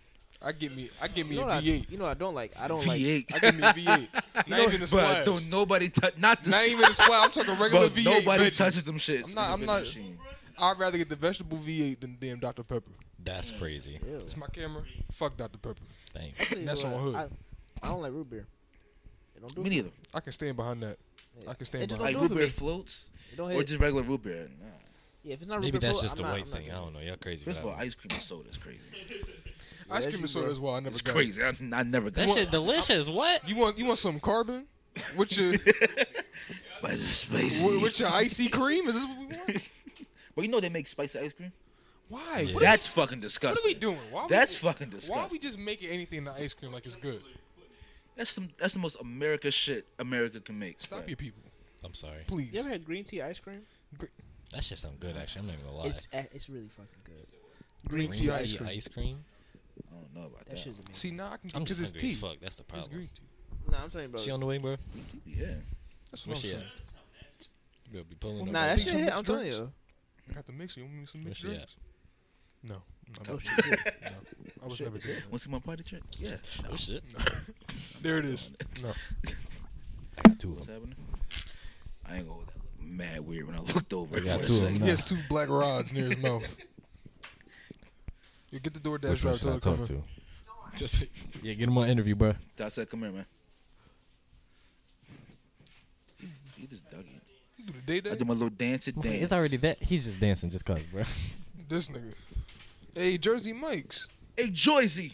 [SPEAKER 4] I get me. I get
[SPEAKER 1] You
[SPEAKER 4] me
[SPEAKER 1] know,
[SPEAKER 4] a
[SPEAKER 1] what I,
[SPEAKER 4] V8.
[SPEAKER 1] you know what I don't like. I don't like.
[SPEAKER 2] V8.
[SPEAKER 4] I get me
[SPEAKER 1] (laughs)
[SPEAKER 4] a V8. Not even a splash.
[SPEAKER 2] But don't nobody touch. Not the.
[SPEAKER 4] Not even a splash. I'm talking regular
[SPEAKER 2] Bro,
[SPEAKER 4] V8.
[SPEAKER 2] nobody
[SPEAKER 4] veggie.
[SPEAKER 2] touches them shits.
[SPEAKER 4] I'm not-
[SPEAKER 2] in
[SPEAKER 4] I'm
[SPEAKER 2] the
[SPEAKER 4] not-
[SPEAKER 2] vending machine.
[SPEAKER 4] I'd rather get the vegetable V8 than damn Dr Pepper.
[SPEAKER 3] That's
[SPEAKER 1] Mm.
[SPEAKER 3] crazy.
[SPEAKER 1] Ew.
[SPEAKER 4] It's my camera. Fuck Dr Pepper.
[SPEAKER 3] Dang.
[SPEAKER 1] I'll tell you
[SPEAKER 4] That's
[SPEAKER 1] what,
[SPEAKER 4] on hood.
[SPEAKER 1] I, I don't like root beer. It don't do it
[SPEAKER 2] Me
[SPEAKER 1] for
[SPEAKER 2] neither.
[SPEAKER 4] I can stand behind that.
[SPEAKER 1] Yeah.
[SPEAKER 4] I can stand
[SPEAKER 1] It just
[SPEAKER 4] by.
[SPEAKER 1] don't
[SPEAKER 4] it.
[SPEAKER 2] Like
[SPEAKER 1] do it
[SPEAKER 2] root
[SPEAKER 1] for
[SPEAKER 2] beer
[SPEAKER 1] me.
[SPEAKER 2] floats
[SPEAKER 1] Don't
[SPEAKER 2] or
[SPEAKER 1] hit.
[SPEAKER 2] just regular root beer. Nah.
[SPEAKER 1] yeah, if it's not
[SPEAKER 3] Maybe
[SPEAKER 1] root beer
[SPEAKER 3] that's
[SPEAKER 1] float,
[SPEAKER 3] just the
[SPEAKER 1] I'm not-
[SPEAKER 3] white
[SPEAKER 1] I'm not
[SPEAKER 3] thing. I
[SPEAKER 1] doing
[SPEAKER 3] don't know. Y'all crazy.
[SPEAKER 2] First
[SPEAKER 3] for
[SPEAKER 2] of all,
[SPEAKER 3] that.
[SPEAKER 2] ice cream and soda is crazy.
[SPEAKER 1] it.
[SPEAKER 4] Ice
[SPEAKER 1] Yeah,
[SPEAKER 4] cream
[SPEAKER 1] that's
[SPEAKER 4] and
[SPEAKER 1] you,
[SPEAKER 4] soda
[SPEAKER 1] bro.
[SPEAKER 4] is why I never
[SPEAKER 2] It's
[SPEAKER 4] got it.
[SPEAKER 2] crazy. I, I never got
[SPEAKER 3] that
[SPEAKER 2] it.
[SPEAKER 3] shit delicious. What?
[SPEAKER 4] You want you want some carbon? With
[SPEAKER 2] (laughs)
[SPEAKER 4] your
[SPEAKER 2] But it's spicy.
[SPEAKER 4] with with your icy cream? Is this what
[SPEAKER 2] (laughs)
[SPEAKER 4] we want?
[SPEAKER 2] But you know they make spicy ice cream?
[SPEAKER 4] Why?
[SPEAKER 3] Yeah.
[SPEAKER 4] What, are,
[SPEAKER 2] That's fucking
[SPEAKER 4] what
[SPEAKER 2] disgusting.
[SPEAKER 4] are we doing? Why we-
[SPEAKER 2] That's fucking
[SPEAKER 4] Why we
[SPEAKER 2] disgusting.
[SPEAKER 4] just making anything the ice cream like it's good?
[SPEAKER 2] That's some. That's the most America shit America can make.
[SPEAKER 4] Stop
[SPEAKER 2] bruh.
[SPEAKER 4] your people,
[SPEAKER 3] I'm sorry.
[SPEAKER 4] please.
[SPEAKER 1] You ever had green tea ice cream?
[SPEAKER 3] That shit sound good actually. I'm not even gonna lie.
[SPEAKER 1] It's uh, it's really fucking good.
[SPEAKER 4] green, tea, ice cream.
[SPEAKER 3] ice cream?
[SPEAKER 2] I don't know about
[SPEAKER 1] That
[SPEAKER 2] that.
[SPEAKER 1] shit's amazing.
[SPEAKER 4] See, now I can
[SPEAKER 3] I'm
[SPEAKER 4] get
[SPEAKER 3] just
[SPEAKER 4] this
[SPEAKER 3] hungry
[SPEAKER 4] tea.
[SPEAKER 3] as fuck. That's the
[SPEAKER 4] It's
[SPEAKER 3] problem.
[SPEAKER 4] green tea.
[SPEAKER 1] Nah, I'm telling you, bro.
[SPEAKER 3] She on the way, bro.
[SPEAKER 2] Yeah.
[SPEAKER 4] That's
[SPEAKER 3] Where
[SPEAKER 4] what I'm
[SPEAKER 3] she at?
[SPEAKER 4] saying.
[SPEAKER 3] You better be pulling
[SPEAKER 1] Nah,
[SPEAKER 3] over.
[SPEAKER 1] that
[SPEAKER 4] Mix
[SPEAKER 1] shit
[SPEAKER 4] them
[SPEAKER 1] hit.
[SPEAKER 4] with
[SPEAKER 1] I'm telling
[SPEAKER 4] drinks.
[SPEAKER 1] you.
[SPEAKER 4] I got the mix. You want me some
[SPEAKER 3] Where
[SPEAKER 4] mixed
[SPEAKER 3] she at?
[SPEAKER 4] drinks? No. I'm
[SPEAKER 1] Oh,
[SPEAKER 4] not-
[SPEAKER 1] shit,
[SPEAKER 4] (laughs)
[SPEAKER 1] good.
[SPEAKER 4] no. I was
[SPEAKER 1] Shit,
[SPEAKER 4] never
[SPEAKER 1] shit.
[SPEAKER 4] doing
[SPEAKER 2] Want to see my party trick? Yeah.
[SPEAKER 3] Oh shit.
[SPEAKER 4] that. There it is. No.
[SPEAKER 3] I got two of
[SPEAKER 2] What's
[SPEAKER 3] them.
[SPEAKER 2] happening? I ain't gonna. That looked mad weird when I looked over.
[SPEAKER 3] We
[SPEAKER 2] for
[SPEAKER 3] got
[SPEAKER 2] a
[SPEAKER 3] two of 'em
[SPEAKER 2] second.
[SPEAKER 3] now.
[SPEAKER 4] He has two black rods near his mouth. You get the door dash driver. Tell her to come in.
[SPEAKER 3] Just
[SPEAKER 1] (laughs)
[SPEAKER 3] yeah, get him on interview, bro.
[SPEAKER 2] I said, "Come here, man." You just dug it.
[SPEAKER 4] You Do the day
[SPEAKER 2] I do
[SPEAKER 4] day.
[SPEAKER 2] my little dance to dance.
[SPEAKER 3] that. He's just dancing, just cause, bro.
[SPEAKER 4] This nigga. Hey, Jersey Mike's.
[SPEAKER 2] Hey, Joyzy,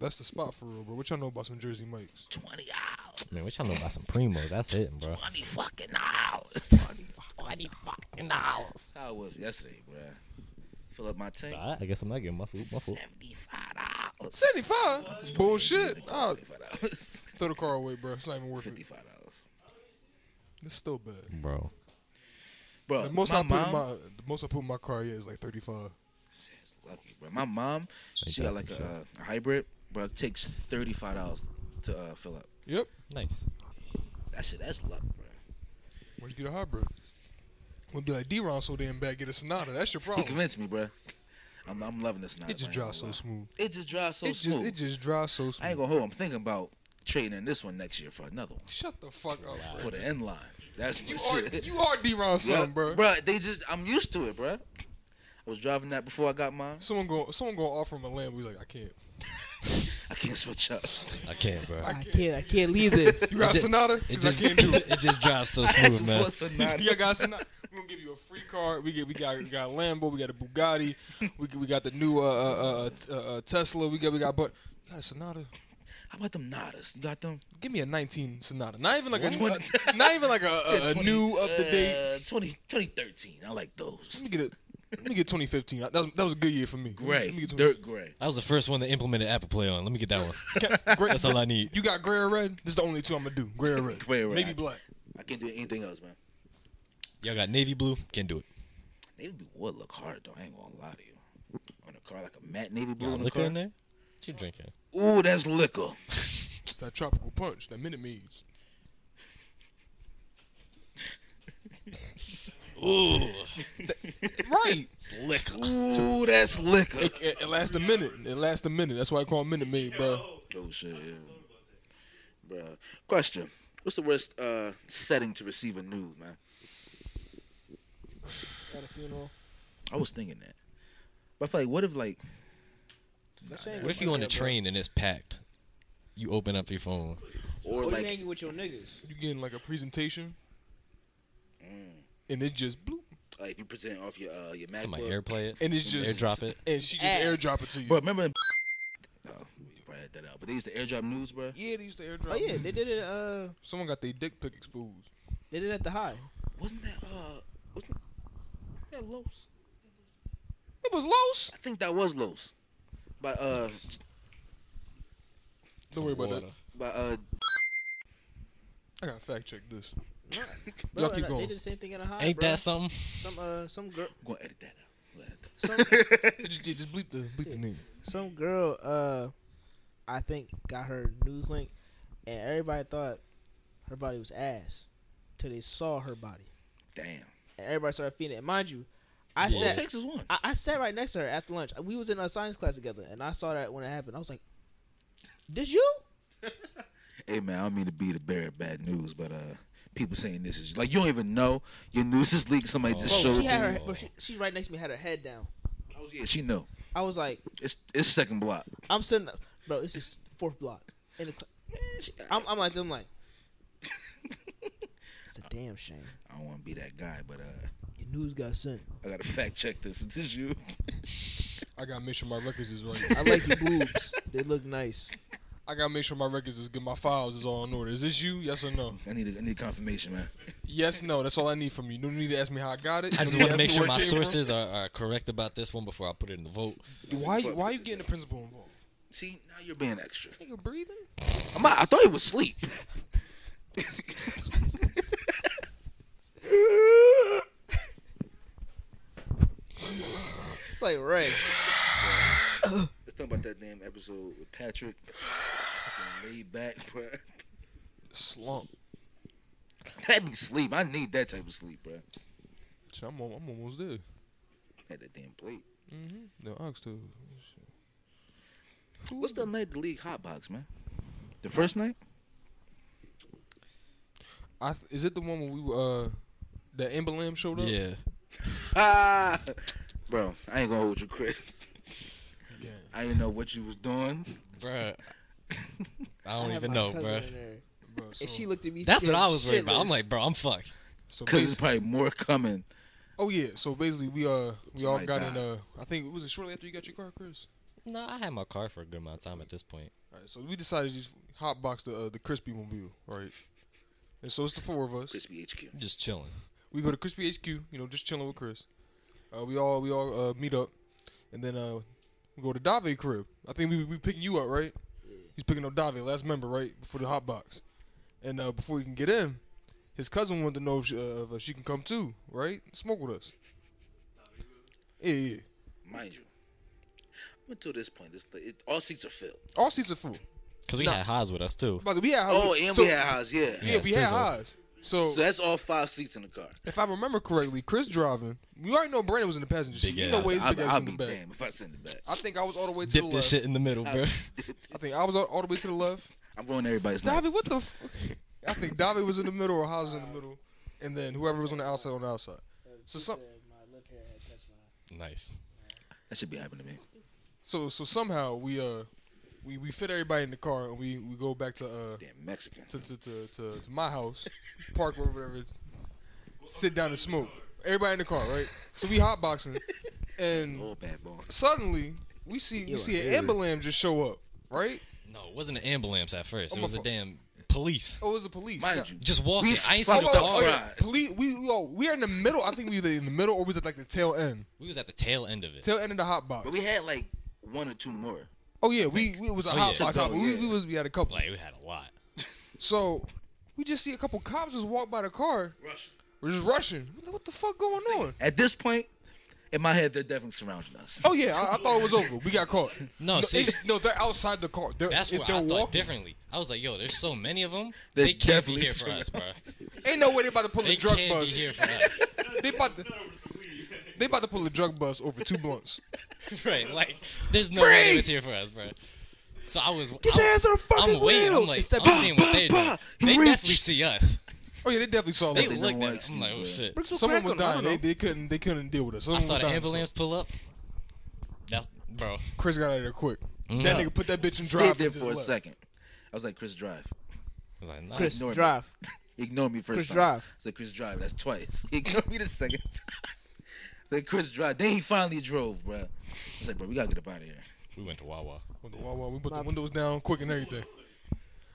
[SPEAKER 4] That's the spot for real, bro. What y'all know about some Jersey Mike's?
[SPEAKER 2] twenty hours,
[SPEAKER 3] Man, what y'all know about some primos? That's it, bro.
[SPEAKER 2] twenty fucking hours, twenty fucking hours. How I was yesterday, bruh. Fill up my tank.
[SPEAKER 3] I, I guess I'm not getting my food. My food.
[SPEAKER 2] Seventy-five dollars.
[SPEAKER 4] 75? That's bullshit. Oh,
[SPEAKER 2] Seventy-five dollars. (laughs)
[SPEAKER 4] throw the car away, bro. It's not even worth it.
[SPEAKER 2] Fifty-five dollars.
[SPEAKER 4] It's still bad.
[SPEAKER 3] Bro,
[SPEAKER 2] Bro,
[SPEAKER 4] The most
[SPEAKER 2] Uh, my
[SPEAKER 4] I put
[SPEAKER 2] mom
[SPEAKER 4] in my the most I put in my car yeah is like 35.
[SPEAKER 2] Says lucky, bro. My mom, she got like a, uh, hybrid, bro. It takes thirty-five dollars to uh, fill up.
[SPEAKER 4] Yep.
[SPEAKER 3] nice.
[SPEAKER 2] That shit, that's luck, bro.
[SPEAKER 4] Where'd you get a hybrid? Would be like D-Ron so damn bad. Get a Sonata. That's your
[SPEAKER 2] He (laughs)
[SPEAKER 4] problem.
[SPEAKER 2] convinced me, bro. I'm, I'm loving this now.
[SPEAKER 4] Oh. It just drives so smooth.
[SPEAKER 2] It just drives so
[SPEAKER 4] It just
[SPEAKER 2] smooth.
[SPEAKER 4] it just drives so
[SPEAKER 2] I ain't
[SPEAKER 4] smooth.
[SPEAKER 2] gonna hold. I'm thinking about trading in this one next year for another one
[SPEAKER 4] Shut the fuck up. bro.
[SPEAKER 2] for the end line. That's my
[SPEAKER 4] You
[SPEAKER 2] (laughs)
[SPEAKER 4] are
[SPEAKER 2] shit.
[SPEAKER 4] you are D-Ron son, bro.
[SPEAKER 2] Bro, they just I'm used to it, bro. I was driving that before I got mine.
[SPEAKER 4] Someone go someone gonna offer him a lamb. He's like, I can't.
[SPEAKER 2] I can't switch up. (laughs)
[SPEAKER 3] I can't, bro.
[SPEAKER 1] I can't. I can't leave this.
[SPEAKER 4] You got a
[SPEAKER 3] just-
[SPEAKER 4] Sonata?
[SPEAKER 3] It
[SPEAKER 4] Because I
[SPEAKER 3] just
[SPEAKER 4] can't do it.
[SPEAKER 3] (laughs) it just drives so smooth, man.
[SPEAKER 4] (laughs)
[SPEAKER 2] What's a nine?
[SPEAKER 4] Yeah, guys, so now we're gonna give you a free car. We get, we got, we got a Lambo, we got
[SPEAKER 2] (laughs)
[SPEAKER 4] a Bugatti, we we got the new uh uh, uh, t- uh, uh Tesla. We got, we got, but you got a Sonata.
[SPEAKER 2] How about them Nadas? You got them?
[SPEAKER 4] Give me a 19 Sonata. Not even like a,
[SPEAKER 2] What?
[SPEAKER 4] a- not even like a, a, a
[SPEAKER 2] 20,
[SPEAKER 4] new up to date.
[SPEAKER 2] Uh, 20, 2013. I like those.
[SPEAKER 4] Let me get a, let me get 2015. That was, that was a good year for me.
[SPEAKER 2] Gray,
[SPEAKER 4] Let me get
[SPEAKER 2] dirt gray.
[SPEAKER 3] That was the first one that implemented Apple Play on. Let me get that one.
[SPEAKER 4] (laughs) 20 Gray,
[SPEAKER 3] That's all I need.
[SPEAKER 4] You got gray or red? This is the only two I'm gonna do. Gray or red.
[SPEAKER 2] Gray or red.
[SPEAKER 4] Maybe black.
[SPEAKER 2] I can't do anything else, man.
[SPEAKER 3] Y'all got navy blue. Can't do it.
[SPEAKER 2] Navy blue would look hard though. I ain't gonna lie to you. On a car like a matte navy blue
[SPEAKER 3] Got
[SPEAKER 2] on the
[SPEAKER 3] liquor
[SPEAKER 2] car.
[SPEAKER 3] in there. What you drinking?
[SPEAKER 2] Ooh, that's liquor.
[SPEAKER 4] It's that tropical punch. That minute means.
[SPEAKER 2] (laughs)
[SPEAKER 3] Ooh,
[SPEAKER 4] Right.
[SPEAKER 3] it's liquor.
[SPEAKER 2] Ooh, that's liquor.
[SPEAKER 4] It, it lasts a minute. It lasts a minute. That's why I call it minute maid, bro.
[SPEAKER 2] Oh shit, yeah. Bruh. Question: What's the worst uh, setting to receive a nude, man?
[SPEAKER 1] At a funeral.
[SPEAKER 2] I was thinking that, but I feel like, what if like
[SPEAKER 3] What if you on a train and it's packed? You open up your phone.
[SPEAKER 2] or
[SPEAKER 1] Or you
[SPEAKER 2] like
[SPEAKER 1] hanging with your niggas?
[SPEAKER 4] You getting like a presentation,
[SPEAKER 2] Mm.
[SPEAKER 4] and it just bloop,
[SPEAKER 2] uh, if you present off your uh, your
[SPEAKER 3] Somebody
[SPEAKER 2] MacBook?
[SPEAKER 3] airplay it.
[SPEAKER 4] and it's just
[SPEAKER 3] Airdrop it.
[SPEAKER 4] and she just
[SPEAKER 1] Ass.
[SPEAKER 4] airdrop it to you.
[SPEAKER 2] Bro, remember? In- oh, we probably had that out. But they used to airdrop news, bro.
[SPEAKER 4] yeah, they used to airdrop.
[SPEAKER 1] Oh yeah,
[SPEAKER 4] it.
[SPEAKER 1] they did it. Uh,
[SPEAKER 4] someone got their dick pic exposed.
[SPEAKER 1] they did it at the high.
[SPEAKER 2] Wasn't that uh? Wasn't that Los?
[SPEAKER 4] It was Los.
[SPEAKER 2] I think that was Los. By uh,
[SPEAKER 4] Don't worry about
[SPEAKER 3] water.
[SPEAKER 4] that.
[SPEAKER 2] by uh,
[SPEAKER 4] I gotta fact check this.
[SPEAKER 1] Bro,
[SPEAKER 4] Y'all
[SPEAKER 1] like,
[SPEAKER 4] keep
[SPEAKER 1] They
[SPEAKER 4] going.
[SPEAKER 1] did the same thing at the high.
[SPEAKER 3] Ain't
[SPEAKER 1] bro.
[SPEAKER 3] that something?
[SPEAKER 1] some uh some girl
[SPEAKER 2] I'm gonna edit that out. I'm gonna edit that.
[SPEAKER 1] some
[SPEAKER 4] (laughs) It just, it just bleep the bleep the name.
[SPEAKER 1] some girl uh I think got her news link and everybody thought her body was ass till they saw her body
[SPEAKER 2] (laughs) Damn.
[SPEAKER 1] and everybody started feeding it. And mind you, I
[SPEAKER 2] All it
[SPEAKER 1] sat
[SPEAKER 2] takes is one.
[SPEAKER 1] I, I sat right next to her after lunch. We was in a science class together and I saw that when it happened. I was like, "This you?"
[SPEAKER 2] Hey man, I don't mean to be the bearer of bad news, but uh, people saying this is like you don't even know your news is leaked. Somebody just
[SPEAKER 3] Oh.
[SPEAKER 1] Bro,
[SPEAKER 2] showed
[SPEAKER 1] she
[SPEAKER 2] you.
[SPEAKER 1] had her
[SPEAKER 3] you.
[SPEAKER 1] bro, she, she right next to me had her head down.
[SPEAKER 2] Oh, yeah, she know.
[SPEAKER 1] I was like,
[SPEAKER 2] It's it's second block.
[SPEAKER 1] "I'm sitting up, bro. This is
[SPEAKER 4] (laughs)
[SPEAKER 1] fourth block." In the cl- I'm, I'm like, I'm like, it's a Damn shame.
[SPEAKER 2] I don't want to be that guy, but uh,
[SPEAKER 1] Your news got sent.
[SPEAKER 2] I gotta fact check this. (laughs) Is this you?
[SPEAKER 4] I gotta make sure my records is right.
[SPEAKER 1] I like your boobs. They look nice.
[SPEAKER 4] I gotta make sure my records is good. My files is all in order. Is this you? Yes or no?
[SPEAKER 2] I need a, I need confirmation, man.
[SPEAKER 4] Yes, no. That's all I need from you. No need to ask me how I got it.
[SPEAKER 3] I just
[SPEAKER 4] No
[SPEAKER 3] want
[SPEAKER 4] need
[SPEAKER 3] to
[SPEAKER 4] ask
[SPEAKER 3] make
[SPEAKER 4] me
[SPEAKER 3] sure
[SPEAKER 4] where it
[SPEAKER 3] my
[SPEAKER 4] came from.
[SPEAKER 3] sources are, are correct about this one before I put it in the vote.
[SPEAKER 4] Why? You, why you getting the principal involved?
[SPEAKER 2] See, now you're being extra.
[SPEAKER 4] Nigga breathing.
[SPEAKER 2] I'm not- I thought he was asleep.
[SPEAKER 1] It's like Ray.
[SPEAKER 2] Let's talk about that damn episode with Patrick. It's fucking laid back, (laughs) bro.
[SPEAKER 4] Slump.
[SPEAKER 2] That be sleep. I need that type of sleep, bro.
[SPEAKER 4] Shit, I'm, al- I'm almost there.
[SPEAKER 2] Had that damn plate.
[SPEAKER 4] No oxtail.
[SPEAKER 2] What's the night the league hot box, man? The first (laughs) night?
[SPEAKER 4] I th- is it the one when we uh the Ember Lamb showed up?
[SPEAKER 3] Yeah.
[SPEAKER 2] Ah, bro, I ain't gonna hold you, Chris. (laughs) I didn't know what you was doing.
[SPEAKER 3] Bruh. I don't
[SPEAKER 1] had
[SPEAKER 3] even
[SPEAKER 1] my
[SPEAKER 3] know,
[SPEAKER 1] cousin
[SPEAKER 3] bruh.
[SPEAKER 1] in there,
[SPEAKER 4] Bro, so,
[SPEAKER 1] And she looked at me.
[SPEAKER 3] That's what
[SPEAKER 1] scared
[SPEAKER 3] I was worried about. I'm
[SPEAKER 1] shitless.
[SPEAKER 3] like, bro, I'm fucked.
[SPEAKER 4] so
[SPEAKER 2] Cause there's
[SPEAKER 4] basi-
[SPEAKER 2] probably more coming.
[SPEAKER 4] oh yeah. So basically, we uh we all
[SPEAKER 2] Somebody
[SPEAKER 4] got
[SPEAKER 2] died.
[SPEAKER 4] in uh I think was it shortly after you got your car, Chris.
[SPEAKER 3] No, I had my car for a good amount of time at this point.
[SPEAKER 4] All right. So we decided to just hot box the uh, the crispy mobile, right? And so it's the four of us.
[SPEAKER 2] Crispy HQ.
[SPEAKER 3] I'm just chilling.
[SPEAKER 4] We go to Crispy HQ, you know, just chilling with Chris. Uh, we all we all uh, meet up, and then uh, we go to Dave crib. I think we we picking you up, right? He's picking up Dave, last member, right before the hot box, and uh, before he can get in, his cousin wanted to know if she, uh, if she can come too, right? Smoke with us. Yeah, yeah. yeah.
[SPEAKER 2] Mind you, until this point, this it, all seats are filled.
[SPEAKER 4] All seats are full.
[SPEAKER 3] Because we
[SPEAKER 4] Nah.
[SPEAKER 3] had highs with us, too.
[SPEAKER 4] But we had
[SPEAKER 2] Oh, and
[SPEAKER 4] so-
[SPEAKER 2] we had Haas, yeah.
[SPEAKER 4] yeah,
[SPEAKER 3] Yeah,
[SPEAKER 4] we had
[SPEAKER 3] sizzle.
[SPEAKER 4] highs. So
[SPEAKER 2] So that's all five seats in the car.
[SPEAKER 4] if I remember correctly, Chris driving. We already know Brandon was in the passenger seat.
[SPEAKER 3] Big
[SPEAKER 4] You know
[SPEAKER 3] ass.
[SPEAKER 4] where his
[SPEAKER 2] I'll,
[SPEAKER 4] big ass
[SPEAKER 2] I'll
[SPEAKER 4] was in
[SPEAKER 2] be
[SPEAKER 4] the back.
[SPEAKER 2] damned if I send it back. (laughs)
[SPEAKER 4] I think I was all the way to the
[SPEAKER 3] Dip
[SPEAKER 4] left.
[SPEAKER 3] this shit in the middle, bro.
[SPEAKER 4] I think I was all, all the way to the left.
[SPEAKER 2] I'm ruining everybody's night.
[SPEAKER 4] Davi, what the? F- I think Davi was in the middle or House was in the middle, and then whoever was on the outside on the outside. So some,
[SPEAKER 3] nice.
[SPEAKER 2] That should be happening to me.
[SPEAKER 4] so so somehow we uh we, we fit everybody in the car and we, we go back to uh
[SPEAKER 2] Damn Mexican.
[SPEAKER 4] to to, to, to, to my house, park or whatever, sit down and smoke. Everybody in the car, right? So we hotboxing, and
[SPEAKER 2] Oh, bad boy.
[SPEAKER 4] suddenly we see we
[SPEAKER 1] You
[SPEAKER 4] see
[SPEAKER 1] are
[SPEAKER 4] an Amber Lamb just show up, right?
[SPEAKER 3] No, it wasn't an ambulance at first.
[SPEAKER 4] I'm
[SPEAKER 3] It
[SPEAKER 4] a
[SPEAKER 3] was the
[SPEAKER 4] fu-
[SPEAKER 3] damn police.
[SPEAKER 4] Oh, it was the police.
[SPEAKER 2] Mind you,
[SPEAKER 3] Just walking. I ain't
[SPEAKER 2] fucked
[SPEAKER 3] seen the
[SPEAKER 4] Oh, oh, oh,
[SPEAKER 3] car.
[SPEAKER 2] up.
[SPEAKER 4] yeah. Police, we, we, all- we are in the middle. I think we were in the middle or was it like the tail end?
[SPEAKER 3] We was at the tail end of it.
[SPEAKER 4] Tail end of the hot box.
[SPEAKER 2] but we had like one or two more.
[SPEAKER 4] Oh yeah, we, we it was a hot
[SPEAKER 3] yeah.
[SPEAKER 4] box. hot box. We,
[SPEAKER 2] Yeah.
[SPEAKER 4] we was we had a couple.
[SPEAKER 3] Like, we had a lot.
[SPEAKER 4] So we just see a couple cops just walk by the car. We're just rushing. What the- What the fuck going on?
[SPEAKER 2] At this point, in my head, they're definitely surrounding us.
[SPEAKER 4] Oh yeah, I, I thought it was over. We got caught.
[SPEAKER 3] (laughs) No, see-
[SPEAKER 4] it's- no, they're outside the car. They're,
[SPEAKER 3] That's
[SPEAKER 4] if
[SPEAKER 3] what I
[SPEAKER 4] they're
[SPEAKER 3] thought
[SPEAKER 4] walking,
[SPEAKER 3] differently. I was like, yo, there's so many of them.
[SPEAKER 2] They're
[SPEAKER 3] They can't be
[SPEAKER 2] definitely
[SPEAKER 3] here for
[SPEAKER 2] screwed
[SPEAKER 3] us, bro. (laughs)
[SPEAKER 4] Ain't no way they about to pull a
[SPEAKER 3] They
[SPEAKER 4] drug
[SPEAKER 3] can't be
[SPEAKER 4] bus.
[SPEAKER 3] here for us. (laughs)
[SPEAKER 4] They about to
[SPEAKER 7] Not over some (laughs) weed.
[SPEAKER 4] they about to pull a drug bus over two blunts.
[SPEAKER 3] right? Like, there's no way they was here for us, bro. So I was. Get
[SPEAKER 1] your hands on the fucking
[SPEAKER 3] I'm waiting.
[SPEAKER 1] wheel!
[SPEAKER 3] I'm like,
[SPEAKER 1] Except-
[SPEAKER 3] I'm seeing what they do.
[SPEAKER 2] bah, he
[SPEAKER 3] They definitely
[SPEAKER 2] reached.
[SPEAKER 3] see us.
[SPEAKER 4] Oh yeah, they definitely saw
[SPEAKER 3] They
[SPEAKER 4] us.
[SPEAKER 2] don't
[SPEAKER 3] looked
[SPEAKER 2] want
[SPEAKER 3] at us. I'm like, oh
[SPEAKER 2] excuse,
[SPEAKER 3] shit.
[SPEAKER 4] Someone was dying. They, they couldn't they couldn't deal with us.
[SPEAKER 3] I
[SPEAKER 4] Someone
[SPEAKER 3] saw
[SPEAKER 4] was
[SPEAKER 3] the
[SPEAKER 4] dying.
[SPEAKER 3] ambulance pull up. That's bro. Mm-hmm.
[SPEAKER 4] Chris got out of there quick. That
[SPEAKER 3] No.
[SPEAKER 4] nigga put that bitch in drive.
[SPEAKER 2] Stayed there
[SPEAKER 4] and just
[SPEAKER 2] for a
[SPEAKER 4] left.
[SPEAKER 2] second. I was like, Chris, drive.
[SPEAKER 3] I was like, nah.
[SPEAKER 1] Chris,
[SPEAKER 2] Ignore me.
[SPEAKER 1] drive.
[SPEAKER 2] Ignore me first
[SPEAKER 1] Chris,
[SPEAKER 2] time.
[SPEAKER 1] drive.
[SPEAKER 2] I said, Chris, drive. That's twice. (laughs) Ignore me the second time. (laughs) Then Chris drive. Then he finally drove, bro. I was like, bro, we gotta get up out of here.
[SPEAKER 3] we went to Wawa.
[SPEAKER 4] Wow, wow, we put the windows down quick and everything.